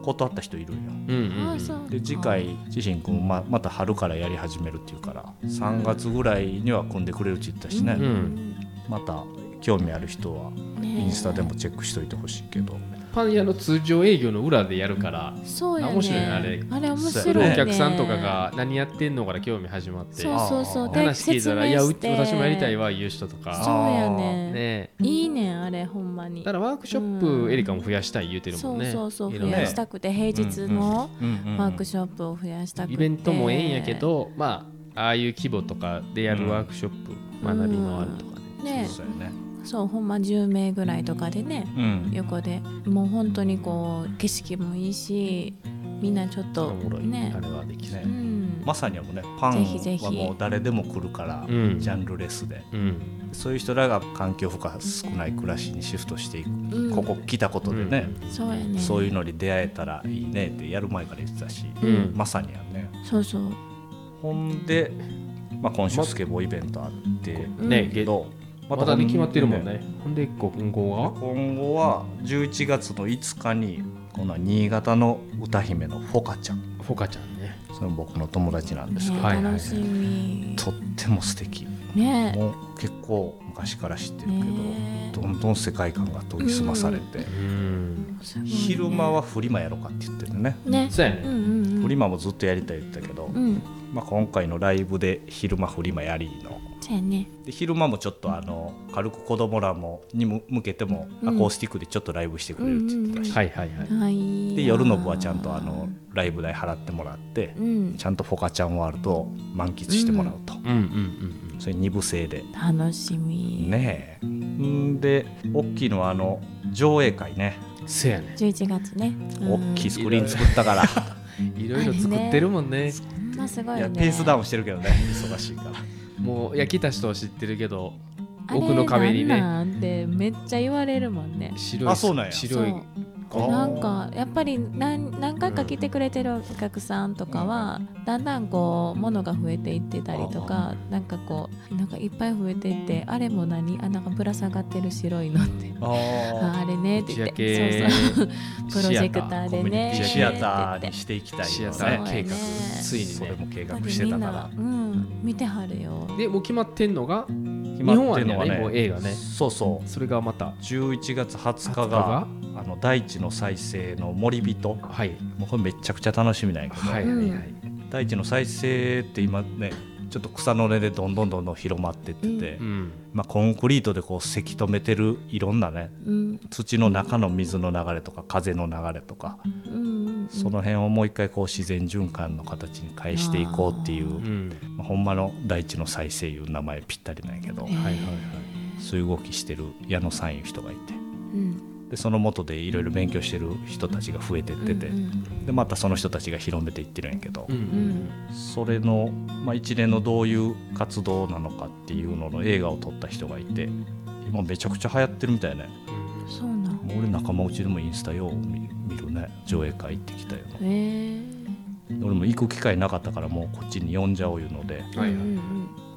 A: 断った人いるんよ
B: うんう
C: うん
B: ん、う
C: あ
B: ん、
C: そう
A: で次回自身君ままた春からやり始めるっていうから3月ぐらいには組んでくれるって言ったしね、
B: うん
A: また興味ある人はインスタでもチェックしといてほしいけど、
B: パン屋の通常営業の裏でやるから、
C: そうやね
B: 面白いねあれ
C: あれ面
A: そ
C: 白
A: う
C: い
A: や
C: ね
A: ね
B: お客さんとかが何やってんのから興味始まって
C: そうそうそう
A: あー
C: で
B: 話聞いたら「いやう
C: 説明して
B: 私もやりたいわ」言う人と
C: そ
B: か
C: うや
B: ね
C: ね
B: え
C: いいねんあれほんまに
B: だからワークショップエリカも増やしたい言うてるも
C: そ
B: ん
C: う
B: ね
C: そうそう
B: い
C: 増
B: ろんな
C: やしたくて平日のワークショップを増やしたくて
B: イベントもええんやけどまあああいう規模とかでやるワークショップ、
C: うん
B: 学びのあるとかね、
C: ね
A: そうやね
C: そうほんま10名ぐらいとかでね
A: うん
C: 横でもう本当にこう景色もいいしみんなちょっと
B: おもろい、
C: ね、
B: あれはできないう
C: ん
A: まさにもうねパン
C: ぜひぜ
A: は
C: ひ
A: もう誰でも来るから
B: うん
A: ジャンルレスで
B: うん、
A: そういう人らが環境負荷少ない暮らしにシフトしていく、
C: うん
A: ここ来たことでね、
C: そうやね
A: そういうのに出会えたらいいねってやる前から言ってたし、
B: うん
A: まさにやね
C: そうそう
A: ほんで、まあ、今週スケボーイベントあって
C: うん
B: ね
A: け
B: ゲ
A: ど、
B: ま
A: た
B: だに決まってるもんねほんで今後が
A: 今後は11月の5日にこの新潟の歌姫のフォカちゃん
B: フォカちゃんね
A: その僕の友達なんですけ
C: ね
A: ど、
B: はいはいはい
C: 楽しみ
A: とっても素敵
C: ね
A: もう結構昔から知ってるけど、
C: ね
A: どんどん世界観が研ぎ澄まされて、
B: うん
C: すごいね
A: 昼間はフリマやろうかって言ってるね、
C: ね
B: そうやね、
C: うんうんう
A: フリ
C: ん
A: マもずっとやりたい言ってたけど、
C: うん
A: まあ、今回のライブで昼間フリマやりの
C: そうやね
A: で昼間もちょっとあの軽く子供らもにむ向けても
C: うん
A: アコースティックでちょっとライブしてくれるって言ってたし、
B: はいはいはい
C: はい
A: で夜の部はちゃんとあのライブ代払ってもらって、
C: うん
A: ちゃんとフォカちゃんワールドを満喫してもらうと、
B: うんうんうん
A: それ2部制で
C: 楽しみ
A: ねえんで大きいのはあの上映会ね
B: うんそうやね
C: 11月ね
A: 大きい
C: い
A: スクリーン作ったから、
B: いろいろ作ってるもんね
C: まあすごい
A: いや
C: ね
A: ペースダウンしてるけどね忙しいから
B: もう焼きた人は知ってるけど
C: あれ
B: 奥の壁にね
C: なんなんってめっちゃ言われるもんね
B: 白い
A: あそうなんや
B: 白い
C: そう
A: あ
C: なんかやっぱり何何回か来てくれてるお客さんとかはだんだんこう物が増えていってたりとかなんかこうなんかいっぱい増えていってあれも何あなんかぶら下がってる白いのって
A: あ
C: あ
A: ー
C: あれねっ
B: 打
C: て
B: ち
C: 言
B: 明
C: っ
B: け
C: てそうそうプロジェクタ
B: シア
C: ーで
B: コミュニ
C: ね
B: ティ
A: シアターにしていきたい
B: シア
A: よ
B: タ
A: ね
B: ー計画、
C: そうやね
B: ついに
A: それ
B: ね
A: も計
C: だ
A: 画
C: って
A: して
C: み
A: た
C: ん
A: から
C: なうん見てはるよ
B: でもう決まってんのが
A: 決
B: 日
A: ま
B: 本
A: っ
B: は
A: てん
B: ね
A: のは
B: もう
A: ね
B: 映画ね
A: そうそう
B: それがまた
A: 11月20日
B: が
A: があの大地の再生の森人も
B: はいう
A: これめちゃくちゃ楽しみなんやけど、
B: はいはいはい
A: 大地の再生って今ねちょっと草の根でどんどんどんどん広まってってて、
B: うん
A: まあ、コンクリートでこうせき止めてるいろんなね
C: うん
A: 土の中の水の流れとか風の流れとか
C: うんうん
A: その辺をもう一回こう自然循環の形に返していこうっていう、
B: うん
A: まあ、ほんまの大地の再生いう名前ぴったりなんやけど、
B: はいはいはい
A: そういう動きしてる矢野さんいう人がいて
C: うん
A: でその元でいろいろ勉強してる人たちが増えてってて、
C: うん
A: でまたその人たちが広めていってるんやけど、
B: うんうん
A: それの、まあ、一連のどういう活動なのかっていうのの映画を撮った人がいて今めちゃくちゃ流行ってるみたいね
C: うんそうなん
A: もう俺仲間内でもインスタよう見見るね上映会行ってきたよ
C: へえ
A: 俺も行く機会なかったからもうこっちに呼んじゃおういうので
B: はいはい
C: うんうん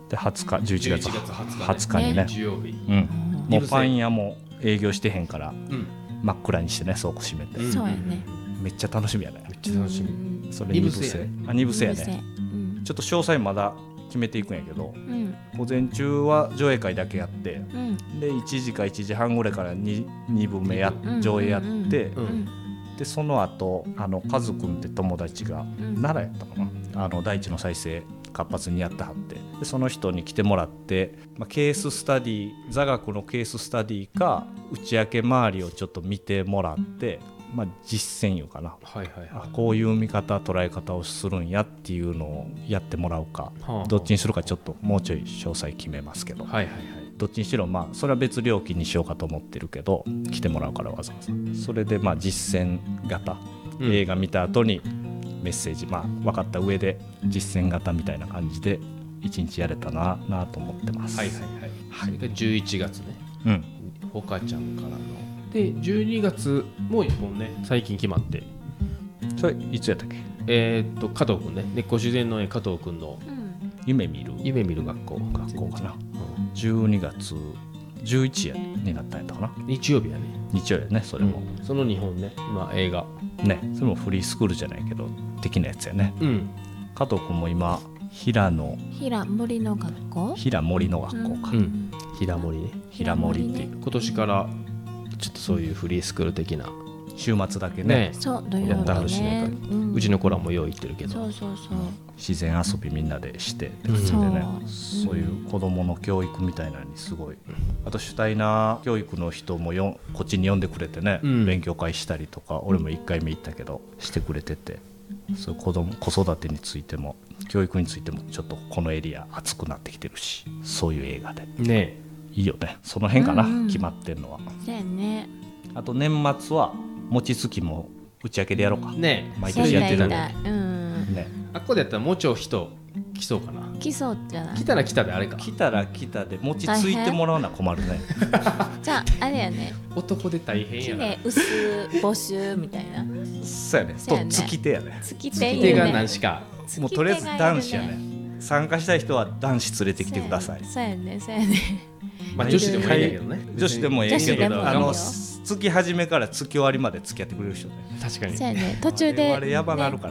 A: で20日11月
B: 11月20日
A: 20
B: ね
A: 日にね
B: 日曜日
A: うん、
C: うん
A: もうパン屋も営業してへんから
B: うん
A: 真っ暗にしてね倉庫閉めて、
B: ん
C: そうやね
A: めっちゃ楽しみやね
B: めっちゃ楽しみ
A: それ
B: 二
A: 2
B: 部
A: 部
B: 制
A: 制あ2部制やね
C: うん
A: ちょっと詳細まだ決めていくんやけど
C: うん
A: 午前中は上映会だけやって
C: うん
A: で1時か1時半ぐらいから 2, 2部目や
C: うん
A: 上映やって、
B: うん
A: でその後あのカズくんって友達が
C: うん
A: 奈良やったかなあの大地の再生活発にやってはってでその人に来てもらって、まあ、ケーススタディ座学のケーススタディか打ち明け周りをちょっと見てもらって、まあ、実践よかな
B: はいはい
A: あ
B: は
A: こういう見方捉え方をするんやっていうのをやってもらうか
B: いはあ
A: どっちにするかちょっともうちょい詳細決めますけど
B: はいはいはい
A: どっちにしろまあそれは別料金にしようかと思ってるけど来てもらうからわざわざそれでまあ実践型、
B: うん
A: 映画見た後にメッセージまあ分かった上で実践型みたいな感じで一日やれたななと思ってます
B: はいはいはいそれが11月ね
A: うん
B: ほかちゃんからので12月もう1本ね最近決まって
A: それいつやったっけ
B: えーっと加藤君ね根っこ自然の絵加藤君の
C: うん
A: 夢見る
B: 夢見る学校
A: 学校かな12月11やになったんやったかな
B: 日曜日やね
A: 日曜やねそれ
B: でも
A: も、
B: その2本ね今映画
A: ねそれもフリースクールじゃないけど的なやつやね
B: うん
A: 加藤君も今平野
C: 平森の学校
A: 平森の学校か、
B: うん平森ね
A: 平森っていう
B: 今年からちょっとそういうフリースクール的な
A: 週末だけね
B: ね
C: そう土
B: や
C: 曜
B: ったはる
C: 日
B: しな
C: ね
B: んか
C: ん
B: うちの子らもよう行ってるけ
C: そ
B: ど
C: うそうそう
A: 自然遊びみんなでしてって感じでね、
C: そ
A: そ
C: う
A: ういう子どもの教育みたいなのにすごいあとシュタイナー教育の人もよんこっちに呼んでくれてね、
B: うん
A: 勉強会したりとか俺も1回目行ったけどしてくれててそういう子供子育てについても教育についてもちょっとこのエリア熱くなってきてるしそういう映画で
B: ね
A: いいよねその辺かな、
C: うんうん
A: 決まってんのは
C: だよね
A: あと年末は餅つきも打ち明けでやろうか、
B: ね
A: 毎
C: そう
A: 年やってた
C: い
A: ね
C: いうん
A: ね
B: あっこでやったらもうちょい人来そうかな
C: 基礎じゃない
B: 来たら来たであれか
A: 来たら来たで餅ついてもらうのは困るね
C: じゃああれやね
B: 男で大変
C: き
B: や
C: れ
B: ない
C: 薄募集みたいな
A: そうやね
C: そ
A: と
C: うやね
A: つき手やね
C: 月手いい
B: 手
C: よ
B: が
C: ね
B: 何しか
A: もうとりあえず男子やね参加したい人は男子連れてきてください
C: そうやねそうや ね
B: まあ女子でもいいんだけどね
A: 女子でもええけ
C: 女子でもいい
A: ど
C: よ
A: あのつき始めからつき終わりまで付き合ってくれる人ね
B: 確かに
C: そうやね途中で
A: あれやばなるか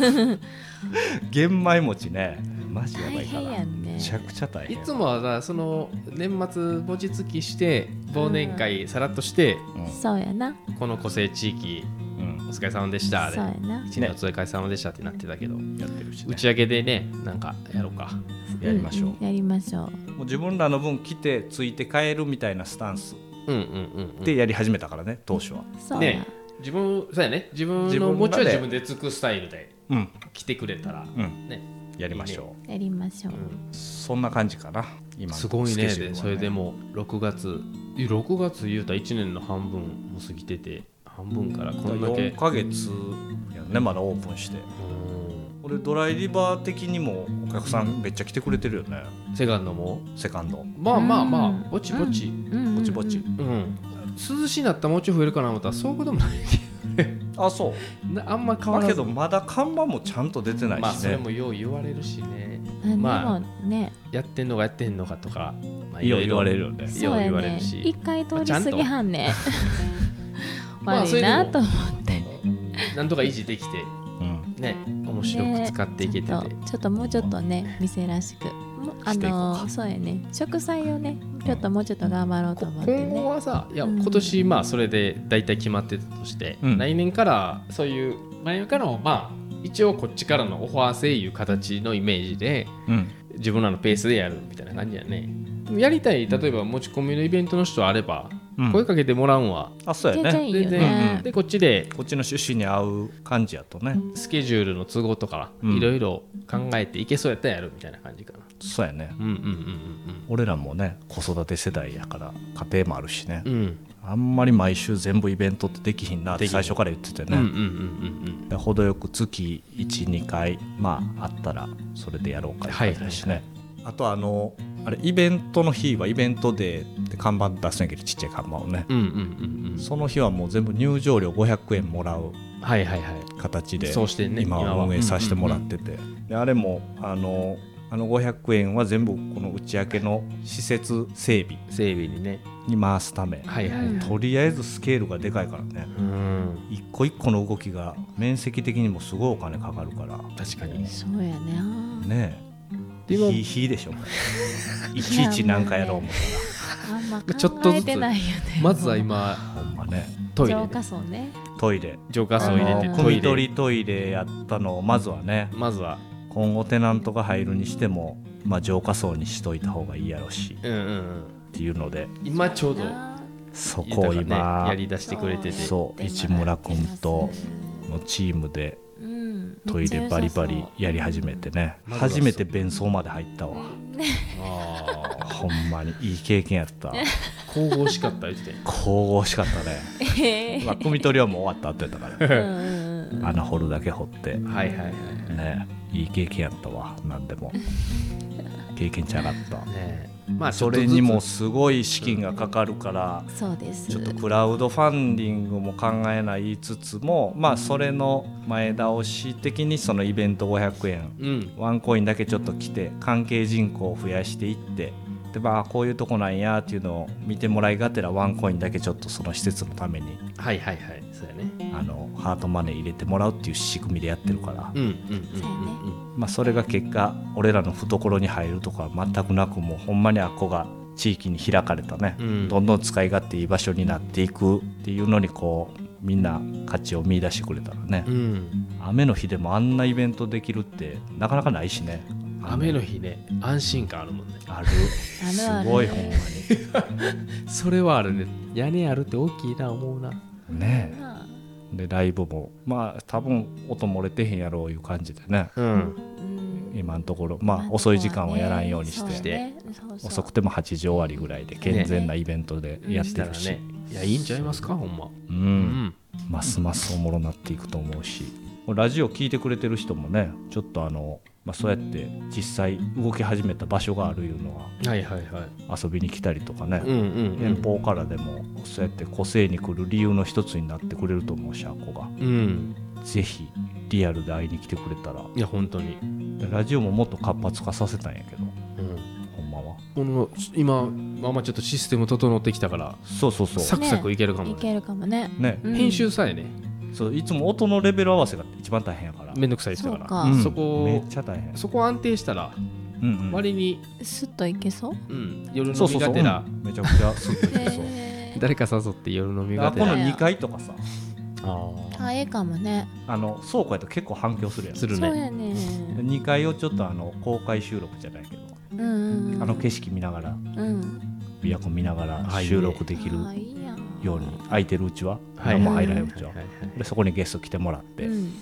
A: らね 玄米餅ねマジやば
C: 大
A: いか
C: 変
A: ら
C: やんね
A: めちゃくちゃ大
B: い
A: 変
B: つもはさその年末餅つきして忘年会さらっとして、
A: うん
C: そうやな
B: この個性地域
A: うん
B: お疲れ様でしたで
C: そうやな
B: 一年お疲れ様でしたってなってたけど、
A: やってるし
B: 打
A: ね
B: ち上げでねなんかやろうか
A: やりましょうん
C: んやりましょう
A: もう自分らの分来てついて帰るみたいなスタンス
B: うんうんうん
A: でやり始めたからね当初は
C: そうや
B: ね自分そうやね自分
A: 自
B: の
A: 分
B: もち
A: まで
B: ろん自分でつくスタイルで
A: うん
B: 来てくれたら、
A: うん
B: ね
A: やりましょ
C: やりましょう
A: うそんな感じかな今の
B: すごい
A: ス
B: ね
A: ケジュールは
B: それでもう6月6月言うたら1年の半分も過ぎてて半分からこんだけ
A: 4ヶ月やねまだオープンして
B: うん
A: 俺ドライリバー的にもお客さんめっちゃ来てくれてるよね
B: セカンドも
A: セカンド
B: まあまあまあ、
C: うん
B: ぼちぼち、
C: うん
A: ぼちぼち
B: うん涼しいなったらもうちょい増えるかな思ったらそういうこともない
A: あそう
B: なあんま変わ
A: だ
B: ら
A: けど
B: ず
A: まだ看板もちゃんと出てない
B: まあ
A: し
B: それ
A: ね
B: もよう言われるしね
C: うんうん
B: まあ
C: でもね
B: やってんのかやってんのかとか、まあ、
A: いよいよ言われるよね
B: い
C: そ
B: ろい
C: う
B: ろ
C: や
B: 言われ
C: ね
B: るし
C: 一回通り過ぎは んね
B: まあ
C: 悪いな と思
B: なんとか維持できて
A: うん
B: ね面
C: って
B: 白く使っていけてて、
C: ちょっとちょっともうちょっとね店らしくもうあ
A: していこう
C: の
A: か
C: そうやね食材をねちょっともうちょっと頑張ろうと
B: こ
C: 思って
B: 今後
C: ね
B: はさいや
C: うん
B: 今年まあそれで大体決まってたとして、
A: うん
B: 来年からそういう来年からもまあ一応こっちからのオファー制いう形のイメージで
A: うん
B: 自分らのペースでやるみたいな感じやねでもやりたい例えば持ち込みのイベントの人あれば、
A: うん
B: 声かけてもらうんは
A: あそうや
C: 全然
A: ね
C: いいよ
A: うんう
C: ね
A: ん
B: でこっちで
A: こっちの趣旨に合う感じやとね
B: スケジュールの都合とか
A: うん
B: いろいろ考えていけそうやったらやるみたいな感じかな。
A: そうやね
B: うんうん
A: 俺らもね子育て世代やから家庭もあるしね
B: うんうんうん。うん
A: あんまり毎週全部イベントってできひんなって
B: できひん
A: 最初から言ってて
B: うんうんうん
A: ね
B: うん
A: で程よく月12回まああったらそれでやろうかって感じだしね、あとあのあれイベントの日はイベントデーって看板出すんやけどちっちゃい看板をね、
B: うんうんうんうん
A: その日はもう全部入場料500円もらう
B: うん。はいはいはい。
A: 形で
B: そうしてんね
A: 今
B: 今は
A: は運営させてもらってて、であれもあのあの500円は全部この打ち明けの施設整備
B: 整備にね。
A: に回すため、
B: はいはい。
C: うん
B: う
A: とりあえずスケールがでかいからね
B: ん。
A: 一個一個の動き が面積的にもすごいお金かかるから
B: 確かに。
C: そうやね
A: ねえ
B: で今
A: ひひでしょいちいちなんかやろう思っ
C: あんま
B: ちょっと
C: 考
B: ず
C: え
B: つ
C: てないよね
B: まずは今
A: たほんまね
B: トイレ
C: 浄
B: で
C: 化層ね
A: トイレ
B: 浄化
A: あ
B: 層入れ
A: の
B: て
A: 汲
B: トイ
A: み
B: レ
A: 取りトイレやったのをまずはね
B: まずは
A: 今後テナントが入るにしても、まあ、浄化層にしといた方がいいやろしっ
B: うんうんうん
A: ていうので
B: 今ちょうど
C: な
A: そ
B: 豊
A: こを
B: かね
A: 今、
B: やりだしてくれてて
A: そう市村君とのチームで
C: うん
A: トイレバリバリやり始めてね
B: まずはそう
A: 初めて便装まで入ったわ
B: ああ
A: ほんまにいい経験やった
B: 神々しかった言ってたよ
A: 神々しかった ね
C: え
A: まあ汲み取りはもう終わった後やったか
C: えうんうんうん
A: ら穴掘るだけ掘って
B: はいはいはい
A: ねいい経験やったわ何でも経験ちゃかった
B: ねえまあ
A: それにも
B: ち
A: すごい資金がかかるから
C: そうです
A: ちょっとクラウドファンディングも考えないつつもまあそれの前倒し的にそのイベント500円
B: ょっとずつうん
A: ワンコインだけちょっと来て関係人口を増やしていってでまあこういうとこなんやっていうのを見てもらいがてらワンコインだけちょっとその施設のために
B: はいはいはいそうやね
A: あのハートマネー入れてもらうっていう仕組みでやってるから
B: う、んうんうんうんうん
A: まあ、それが結果俺らの懐に入るとかは全くなくもうほんまにあっこが地域に開かれたね、
B: うん
A: どんどん使い勝手いい場所になっていくっていうのにこうみんな価値を見出してくれたらね、
B: うん
A: 雨の日でもあんなイベントできるってなかなかないしね
B: 雨の日ね安心感あるもんね
A: ある
C: あ
A: す
C: るある
A: ごいほんま
B: それはあるね屋根あるって大きいな思うな
A: にねえ
C: まあ
A: でライブもまあ多分音漏れてへんやろういう感じでね
B: うん
C: うん
A: 今のところまあ遅い時間はやらんようにして、
C: そうねそうそう
A: 遅くても8時終わりぐらいで健全なイベントでやってるし,、
B: ねいやいいんちゃいますかほんま
A: う、
B: うん
A: ますますおもろなっていくと思うしラジオ聞いてくれてる人もねちょっとあの、まあ、そうやって実際動き始めた場所があるいうのは
B: はいはいはい
A: 遊びに来たりとかね、
B: うんうん
A: 遠方からでもそうやって個性に来る理由の一つになってくれると思うしあっこが
B: うん
A: ぜひリアルで会いに来てくれたら
B: いや本当に、
A: ラジオももっと活発化させたんやけど
B: うん、
A: ほんまは
B: この今まあまあちょっとシステム整ってきたから
A: そうそうそ
B: サクサクいけるか
C: い
B: も、ね
C: けるかもね
A: ね、
C: うん
B: 編集さえね
A: そういつも音のレベル合わせが一番大変やから
B: めんどくさいですから
C: そうか
A: うん
B: そこ
A: めっちゃ大変
B: そこ安定したら
A: うんうん
B: 割に、
C: スッといけそう
B: うん、夜
A: そう
B: 飲
A: そ
B: み
A: うそ
B: が
A: う、
B: てら
A: うんめちゃくちゃスッといけそう
C: へえ
B: 誰か誘って夜飲み
A: あ
B: がて
A: こ
B: ら
A: の2階とかさ
B: あ
C: あええかもね
A: あの倉庫やと結構反響するやん
B: する
C: そう
B: ね
C: やね
A: 2階をちょっとあの公開収録じゃないけど、
C: うんうんうん
A: あの景色見ながら
C: うん
A: 琵琶湖見なが
B: あ
A: ら
B: いいね
A: 収録できる
C: あいいやん
A: ように空いてるうちは、
B: はい
A: 何も入らへんうちは,、
B: はいはい
A: でそこにゲスト来てもらって、
C: うん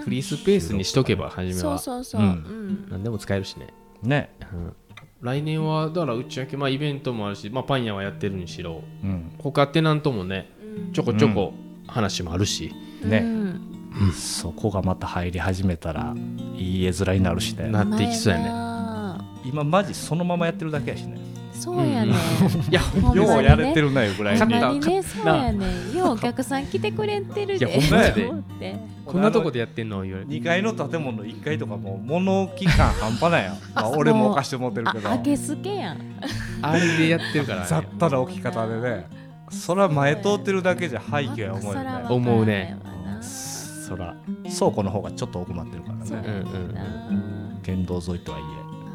B: フリースペースにしとけば初めは
C: そうそうそう
A: う
C: うんん
B: 何でも使えるしね、
A: ね、
B: うん、来年はだから打ち明け、まあ、イベントもあるし、まあ、パン屋はやってるにしろ
A: うん
B: 他テナントもね
C: うん
B: ちょこちょこ話もあるし、
A: ね
C: うん
A: そこがまた入り始めたらいい絵面になるしね
B: なっていきそうやね
C: 前な
A: 今マジそのままやってるだけやしね
C: そうや
B: うん
C: ね
B: いやほんま
C: ほんまにね
A: ようやれてるなよぐらい
C: た
A: に
B: 勝
C: ま
B: っ
C: にねそうやねようお客さん来てくれてるで
B: いやほんまやで
C: と思って
B: こんなとこでやってんの言われて
A: 2階の建物の1階とかもう物置感半端ないやんまあ俺もおかして持ってる
C: あ
A: けど
C: 開けすけやん
B: あれでやってるから
A: 雑
B: ね
A: 多な置き方でねそら前通ってるだけじゃ廃墟や思うよ
C: あ
A: ね
B: お思うね
A: そら倉庫の方がちょっと奥まってるから
C: そらわからんわなそう
A: ね
C: やねんな
A: 県道沿いとはい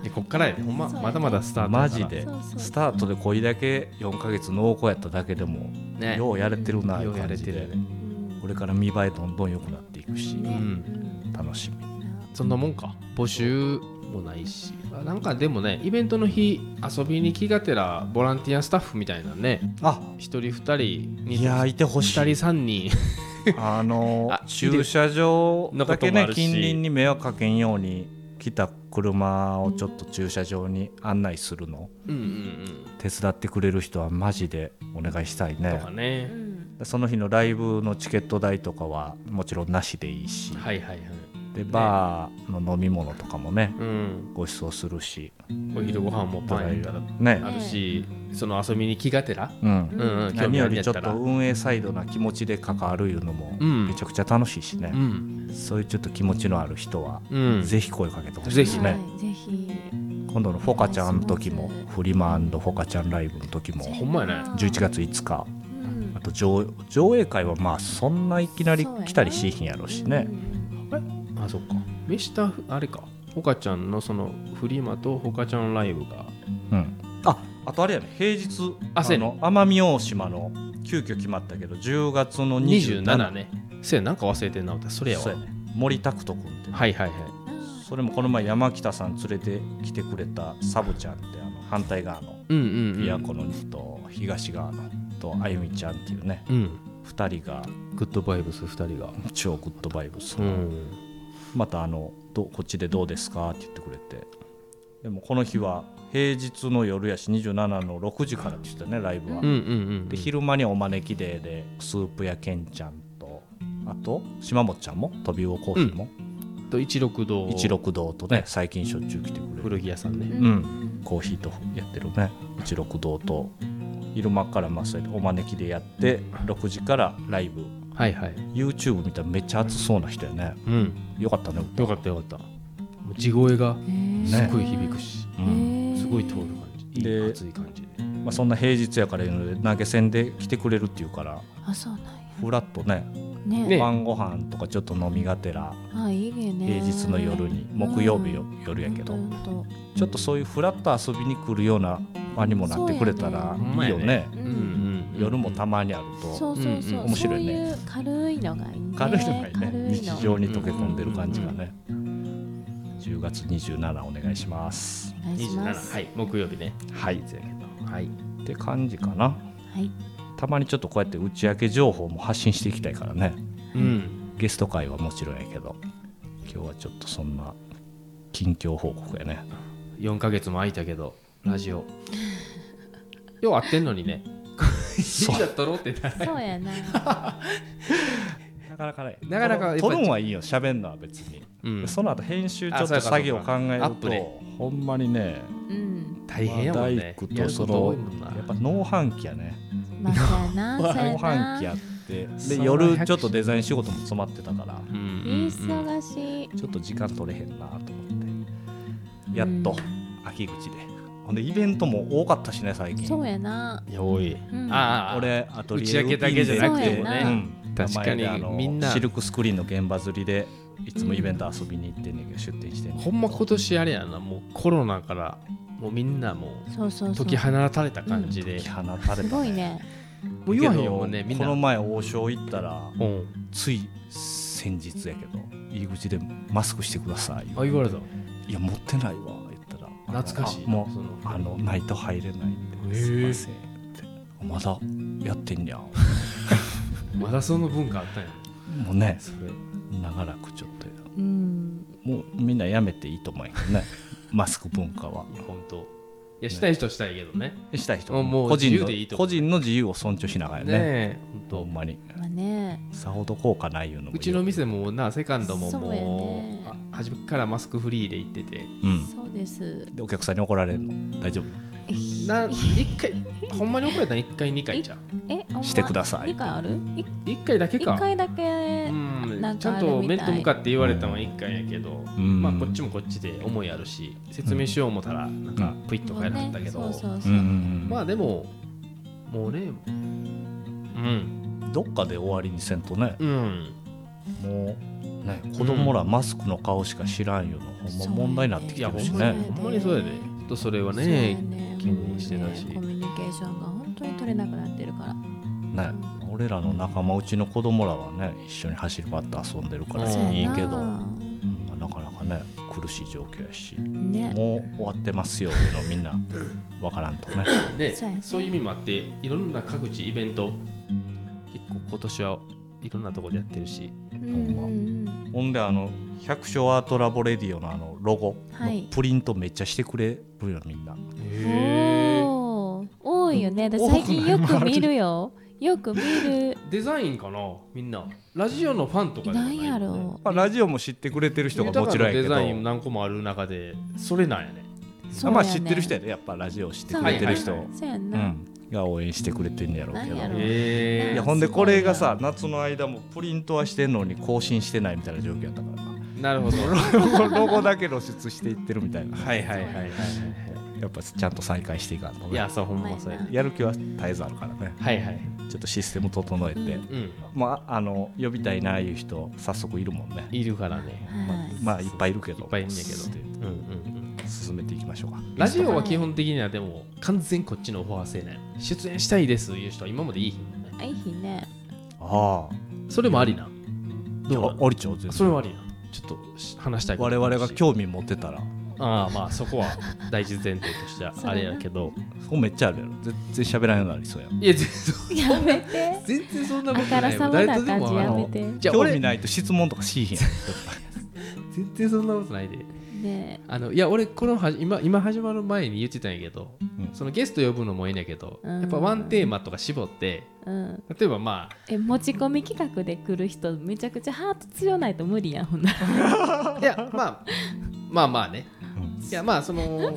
B: でこっからやでほんま
C: そうやね
B: まだまだス
A: え
B: タート
A: マ
B: だから
A: ジで
C: そうそう
A: スタートでこいだけ4ヶ月濃厚やっただけでも
B: ね
A: ようやれてるな
B: よ
A: いう
B: や
A: 感
B: れ
A: じ
B: て
A: で
B: るね
A: これから見栄えどんどん良くなっていくし
B: う
C: ね
B: ん
A: 楽しみ
B: そんなもんか募集もないしあなんかでもねイベントの日遊びに来がてらボランティアスタッフみたいなね
A: あ
B: 1人2人
A: い
B: に
A: やいてほしい
B: 2人3人
A: あの
B: あ
A: 駐車場
B: のこ
A: だ
B: と
A: け
B: もあ
A: ね
B: るし
A: 近隣に迷惑かけんように来た車をちょっと駐車場に案内するの
B: うんうん
A: 手伝ってくれる人はマジでお願いしたい
B: うん
A: ね
B: とかね
A: その日のライブのチケット代とかはもちろんなしでいいし
B: はいはいはい
A: でバーの飲み物とかもね
B: うん
A: ご馳走するし
B: お昼ご飯もパンやったら
A: ね
B: あるしその遊びに来がてら
A: うん
B: うんうん興
A: 何
B: 味
A: よ
B: あるん
A: り
B: やっ
A: ちょった
B: ら
A: と運営サイドな気持ちで関わるいうのも
B: うん
A: めちゃくちゃ楽しいしね
B: うん
A: そういうちょっと気持ちのある人は
B: うん
A: ぜひ声かけてほしい
B: ぜ
A: で
B: ひ
A: す
B: ね
A: ね。
C: はいぜひ
A: 今度のフォカちゃんの時もフリマフォカちゃんライブの時も
B: ほんまやね
A: 11月5日
C: うん
A: あと上上映会はまあそんないきなり来たりしいひんやろうしね
C: うん
B: あそっか飯田あれかほかちゃんのそのフリマとほかちゃんライブが
A: うん、ああとあれやね平日
B: あそうやね
A: の奄美大島の急遽決まったけど10月の27
B: 27ねせやなんか忘れてんな思ったそれや
A: そう
B: わ
A: やね森拓人君って、
B: はいはいはい
A: それもこの前山北さん連れてきてくれたサブちゃんってあの反対側の
B: うんうん
A: 琵琶湖のと東側のとあゆみちゃんっていうね
B: うん
A: 2人が
B: グッドバイブス2人が
A: 超グッドバイブス、
B: うん
A: またあのどこっちでどうですかって言ってくれてでもこの日は平日の夜やし27の6時からって言ってたねライブは、
B: うんうんうん
A: で昼間にお招きデーでスープやけんちゃんとあと島本ちゃんもトビウオコーヒーも、
B: と一六堂
A: 一六堂とね最近しょっちゅう来てくれる
B: 古着屋さんね
A: うん、コーヒーとやってるね一六堂と昼間からまあそうやってお招きでやって6時からライブ
B: はいはい
A: YouTube 見たらめっちゃ熱そうな人やね
B: うん
A: よかったね
B: よかったよかったもう地声が
C: ね
B: すごい響くし、
A: う
C: へ
A: ん
C: ー
B: すごい通る感じいい
A: で
B: 熱い感じ
A: まあ、そんな平日やからいうので投げ銭で来てくれるっていうから
C: あそうなんや
A: ふらっとね
C: ね
B: ね
A: 晩ご飯とかちょっと飲みがてら
C: あいいね
A: 平日の夜に木曜日よ夜やけど
C: うんほんとほんと
A: ちょっとそういうふらっと遊びに来るような場にもなってくれたら
B: そ
A: いい
B: うやね
A: よね
C: う
B: うんんうんうん
A: 夜もたまにある
C: そ
A: と
C: うそうそう、
B: うんうん
A: 面白いね
C: そういう軽いのがいいね
A: 軽いのがいいね
C: 軽いの
A: 日常に溶け込んでる感じがね10月27お願いします
C: お願いし
B: 27
C: ます
B: はい木曜日ね
A: はい
B: つやけどはい
A: って感じかな
C: はい
A: たまにちょっとこうやって打ち明け情報も発信していきたいからね
B: うん
A: ゲスト会はもちろんやけど今日はちょっとそんな近況報告やね
B: 4ヶ月も空いたけどラジオよう会ってんのにね そうじゃ撮ろうってな
C: そうやな
A: なかなかね
B: なかなかやっぱり
A: 撮るんはいいよ喋んのは別に、
B: うん
A: その後編集ちょ
B: あ
A: っ
B: そう
A: と
B: か
A: 作業考える
B: アップ
A: と、
B: ね
A: ほんまにね
C: うん
B: 大変やもんね
A: まあ大工
B: や
A: と
B: る
A: そ
B: こと
A: の
B: 多いもんな
A: やっぱ農繁期やね
C: まあそ うやなそうや
A: 農
C: な
A: 繁期やって
B: そ
A: で
B: う
A: 夜ちょっとデザイン仕事も詰まってたから
B: うんうんうん
C: 忙しい
A: ちょっと時間取れへんなと思ってやっと秋口でほんでイベントも多かったしね最近
C: そうやない
B: や多い
C: うん
B: ああ
A: 俺アトリエ
B: 打ち上げだけじゃなくても
C: そう
B: ね
C: やな
A: うん
B: 確かに
A: 名前であの
B: みんな
A: シルクスクリーンの現場釣りでいつもイベント遊びに行ってんねんけど出店してんねん
B: ほんま今年あれやなもうコロナからもうみんなも
C: そうそう
B: う
C: そう
B: 解き放たれた感じで
A: 解き放たれ
C: す
A: た
C: ごい
A: ね
C: ね
B: もう言わへんよもうね
A: け
B: みん
A: ど
B: な
A: この前王将行ったら
B: うん
A: つい先日やけど入り口でマスクしてください
B: あ言われた
A: いや持ってないわ言ったらあの
B: 懐かしい
A: あもう
B: その
A: あのないと入れないんで
B: へ
A: すい
B: え
A: ませんってまだやってんにゃん
B: まだその文化あったんや
A: もうね
B: それ
A: 長らくちょっと
C: うん
A: もうみんなやめていいと思うんやけど ねマスク文化はい
B: や本当いやしたい人はしたいけどね
A: したい人
B: もうもう
A: 個人
B: 自由
A: の
B: でいいと思
A: 個
B: う
A: 人の自由を尊重しながら
B: ね
A: ね
B: え
A: ほ
B: 本
A: んまに
C: まあね
A: さほど効果ないいうのも
B: 当うちの店もなセカンドも
C: そうや
B: も
C: ね
B: うあ初めからマスクフリーで行ってて
A: うん
C: そうです
A: でお客さんに怒られるの大丈夫
B: な 一回ほんまに怒られたん1回2回じゃん
C: えお前
A: してください
C: 二回あるい
B: 1回だけ
C: 一
B: か
C: 回だけ
B: う
C: なんん
B: ちゃ
C: か
B: ん
C: あるみたい
B: と面と向かって言われたのは1回やけど、
A: ん
B: まあこっちもこっちで思いあるし説明しよう思ったらなんかプイッと
C: も
B: か
C: う
B: やなかった
C: ね
B: けど、
C: そうそう
A: う
C: そ
A: んう
C: うん
A: うん
B: まあでももうねうん
A: どっかで終わりにせんとね
B: うん
A: もうね子供らマスクの顔しか知らんようなほんま問題になって
B: い
A: きて
B: や
A: る
B: ほ
A: しね
B: んまにほんまにそうやでちょっとそれは
C: そうや
B: ね
C: ね
B: 気にしてたし
C: もうねコミュニケーションが本当に取れなくなってるから
A: ね俺らの仲間うちの子供らはね一緒に走り回って遊んでるから
B: うん
A: いいけど、
C: な
A: まあなかなかね苦しい状況やし
C: あね
A: もう終わってますよいうのみんなわからんとね
B: で
C: そうやね
B: そういう意味もあっていろんな各地イベント結構今年はいろんなところでやってるし
C: うん
A: ほ
C: うんうん
A: ほんであの百姓アートラボレディオのあのロゴ
C: はい
A: のプリントめっちゃしてくれるよみんな、
C: おー多いよね。私最近よく見るよ。よく見る。
B: デザインかなみんなラジオのファンとかじゃ
C: な
B: ない
C: んやろ
A: まあ、ラジオも知ってくれてる人が
B: 豊
A: も
B: か
A: ちろん
B: な
A: やけ
B: デ
A: ど
B: ザイン何個もある中でそれなんやね
C: う。
A: まあ知ってる人や
C: ね。
A: でやっぱラジオ知って
C: そう
A: く
C: や
A: れてる人、
B: はいはい
C: そうやん
A: う
C: な。
A: ん、が応援してくれてんやろうけど
C: なんやろ
B: へ
A: いやほんでこれがさ夏の間もプリントはしてんのに更新してないみたいな状況やったから な
B: な るほど
A: ロゴロゴだけ露出していってるみたいな
B: はいはいはいはい
A: やっぱちゃんと再開していかんとね
B: いやそうほんまそうや
A: やる気は絶えずあるからね
B: はいはい
A: ちょっとシステム整えて、
C: うん
B: うん
A: まああの呼びたいなあいう人早速いるもんね
B: いるからね
A: まあ
C: はい。
A: まあいっぱいいるけど
B: いっぱいいるんやけど
A: って
B: うんうん
A: 進めていきましょうか
B: ラジオは基本的にはでも完全こっちのオファー制ね出演したいですいう人は今までいいひんね
C: いい日ね
A: ああ
B: それもありなどうな
A: あ
B: の
A: ありちゃう全
B: それ
A: 然
B: もありなちょっとし話したいこと
A: 我
B: もあ
A: 々
B: るし
A: が興味持ってたら
B: ああまあそこは大事前提とし てはあれやけど
A: そこめっちゃあるやろ全然喋らんようになりそうやん
B: いや全然
C: やめて
B: 全然そんな
C: あ
B: こと
C: か
B: な
C: ら
B: い
C: さ
B: よ
C: ま
B: 誰
C: な
B: とで
C: 感じ
B: もあ
C: や
B: の
C: めて
B: じゃあ
A: 興
B: 俺
A: 味ないと質問とかしいへんやん
B: 全然そんなことないで
C: ね
B: あのいや俺このは今今始まる前に言ってたんやけど、
A: うん
B: そのゲスト呼ぶのもいいんやけど、
C: うん
B: やっぱワンテーマとか絞って
C: うん
B: 例えばま
C: え持ち込み企画で来る人めちゃくちゃハート強ないと無理やんほんなら
B: あいやまあまあまあね
A: うん
B: いやまあその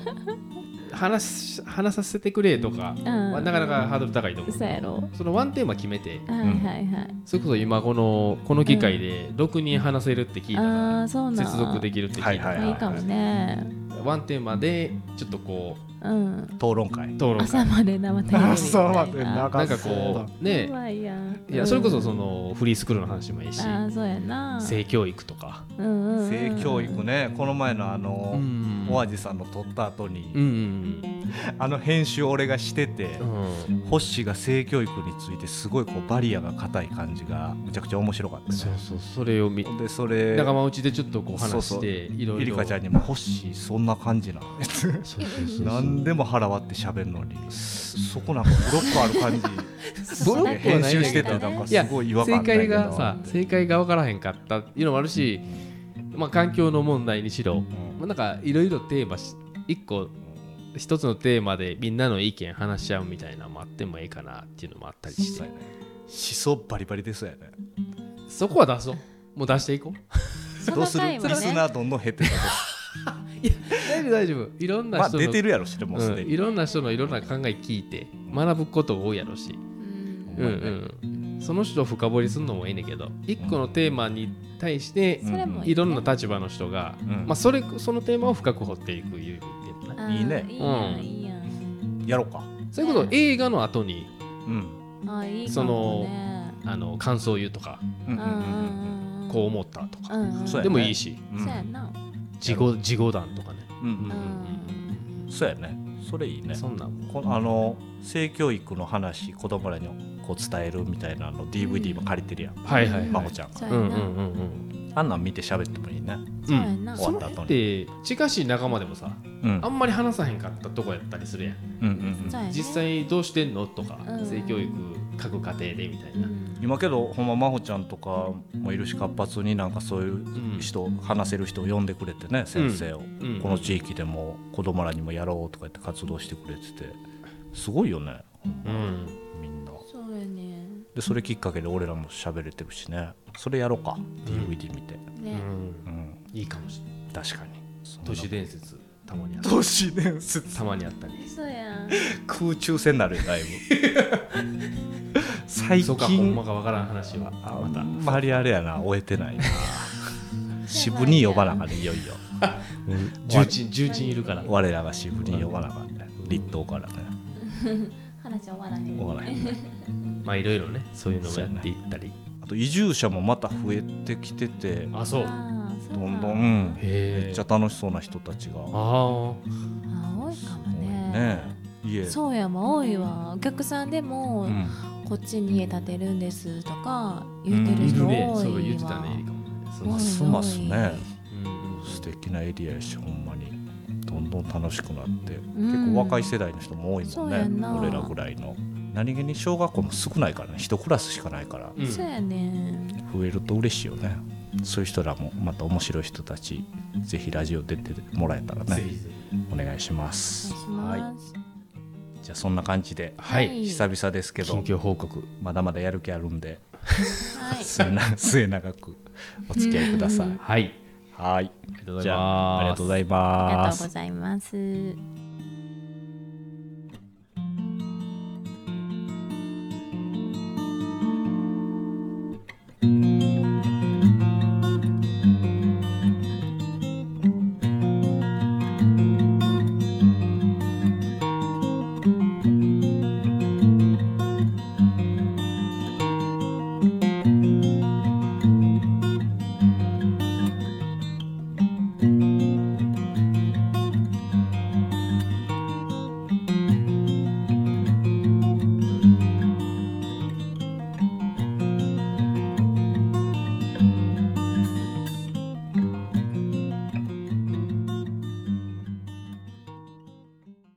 B: 話し話させてくれとか、
C: うん
B: まあなかなかハードル高いと思う
C: そうやろ
B: そのワンテーマ決めて
C: はいはいはい、
B: それこそ今このこの機会で6人話せるって聞いたら、
C: ああそうなん
B: 接続できるって聞いた
A: はい
B: ら、
A: はい
C: いいかもね
B: ワンテーマでちょっとこ
C: うん
A: 討論会
B: う討論
C: 朝
B: 会
C: まで生テレビみたい
B: な
C: な
B: んかこうね
C: やばいやん
B: いやそれこそそのフリースクールの話もいいし
C: ああそうやな
B: 性教育とか
C: うんうんうん
A: 性教育ねこの前のあの、
B: ん
A: オアジさんの撮った後に、
B: うん
A: あの編集俺がしてて、ホッシーが性教育についてすごいこうバリアが硬い感じがめちゃくちゃ面白かったね
B: そうそうそれを見
A: でそれ
B: 仲間内でちょっとこう話していろ
A: ゆ
B: い
A: り
B: ろ
A: かちゃんにも「ホッシーそんな感 じなの」
B: そうそうそう
A: 何でも腹割って喋るのにそこなんかブロックある感じ
B: ブロックはないんだけど
A: 編集しててなんか
B: いや
A: すごい違和感
B: 正
A: あったんや
B: 解
A: けど
B: がさ正解が分からへんかったっていうのもあるしまあ環境の問題にしろまあなんかいろいろテーマし一個一つのテーマでみんなの意見話し合うみたいなのもあってもいいかなっていうのもあったりして
A: 思想バリバリですよね
B: そこは出そうもう出していこう
C: そ
A: どう
C: の
A: する
C: 回
A: リ
C: は
A: ス
C: ね
A: ナーどんどん減ってたけど
B: 大丈夫大丈夫いろんな
A: まあ
B: 人の、
A: 出てるやろしてもうす
B: うん、
A: で
B: い
A: に
B: ろんな人のいろんな考え聞いて学ぶこと多いやろし、
C: うん
B: うんうん、その人を深掘りするのもいいねんけど一個のテーマに対して
A: う
C: それも
B: いろんな立場の人が、
A: うん
B: まあ、それそのテーマを深く掘っていくいう意味っていうのね
C: あ
A: いいね
C: いいや
B: うん
C: んいいやん
A: やろうか
B: そういうこと映画の後に
A: うん
C: あいいか
B: その
C: もね
B: あの感想を言うとか
A: うんうん
C: う
A: うん
C: うんんうん
B: こう思ったとか、
C: うんうん
A: そうやね
B: でもいいし
A: うん
C: そうやな
B: 自己自己談とかね、
A: うん
B: うん
A: う
C: うんん
A: そうやねそれいいね
B: そんなんも
A: このあの性教育の話子供らにこう伝えるみたいなの DVD も借りてるやん、
B: はいはいはい
A: まほちゃんが
C: そう
B: う
C: や
B: んうん
C: な
B: うんうん
A: あんなん見て喋ってもいいね
C: そうやな
A: 終わった
B: だ
A: 後
B: っ
A: に
B: て近しい仲間でもさ
A: うん
B: あんまり話さへんかったとこやったりするやん
A: うんうん
C: そうやね
B: 実際どうしてんのとか、
C: うん
B: 性教育各家庭でみたいうな、
A: うん
C: ん
A: 今けどほんま真帆ちゃんとかもいるし活発になんかそういう人、話せる人を呼んでくれてね先生を、
B: うん
A: この地域でも子供らにもやろうとか言って活動してくれててすごいよね
B: うん
A: みんな
C: そうやね
A: でそれきっかけで俺らも喋れてるしねそれやろうか DVD 見て
B: う
C: ね
B: ん
A: うん
B: いいかもしれない
A: 確かにそんな
B: 都市伝説たまにあった
A: 都市伝説
B: たまにあったり
C: そうやん
A: 空中戦になるよだいぶ最
B: そうかほんま
A: 近
B: かわからん話は
A: あ
B: ま
A: ん
B: た
A: まりあれやな終えてないな渋に呼ばなあかんねいよいよ
B: 重鎮重鎮いるから
A: 我らが渋に呼ばなあかんね立東からね
C: 話は終わらへん
A: 終わらへんね
B: まあいろいろねそういうのもやっていったり
A: あと移住者もまた増えてきてて
B: あそう
C: あーそう
A: どんどん、
C: か
A: うん
B: へ
A: め
B: え
A: っちゃ楽しそうな人たちが多
B: あ
C: あ多いかも
A: いね
C: ね
A: 家
C: そうやも多いわお客さんでも、
A: うん
C: こっちに家建てるんですとか言って
B: あ
C: る
B: い
C: 人
B: る
C: 多い
B: ね
C: わ、
B: そう言ってたねエリカもそう
C: 多い
A: ますますね
B: うんうん
A: 素敵なエリアやしほんまにどんどん楽しくなって、
C: ん
A: 結構若い世代の人も多いも
C: そ
A: ん
C: うやん
A: ね
C: な
A: 俺らぐらいの何気に小学校も少ないからね一クラスしかないから
B: うん
C: そうやね
A: 増えると嬉しいよねそういう人らもまた面白い人たちぜひラジオ出てもらえたら
B: ぜひ
A: ね
B: ぜ
A: お願いします
C: お願いします、
A: いじゃあそんな感じで
B: ひはい
C: はい
A: 久々ですけ
B: 近
A: ど
B: 況報告
A: まだまだやる気あるんで
C: はい
A: 末な末永くお付き合いください
B: はい
A: はい
B: ありがとうございます
A: じゃあありがとうござい
C: あり
A: ま
C: が
A: す
C: とうございます。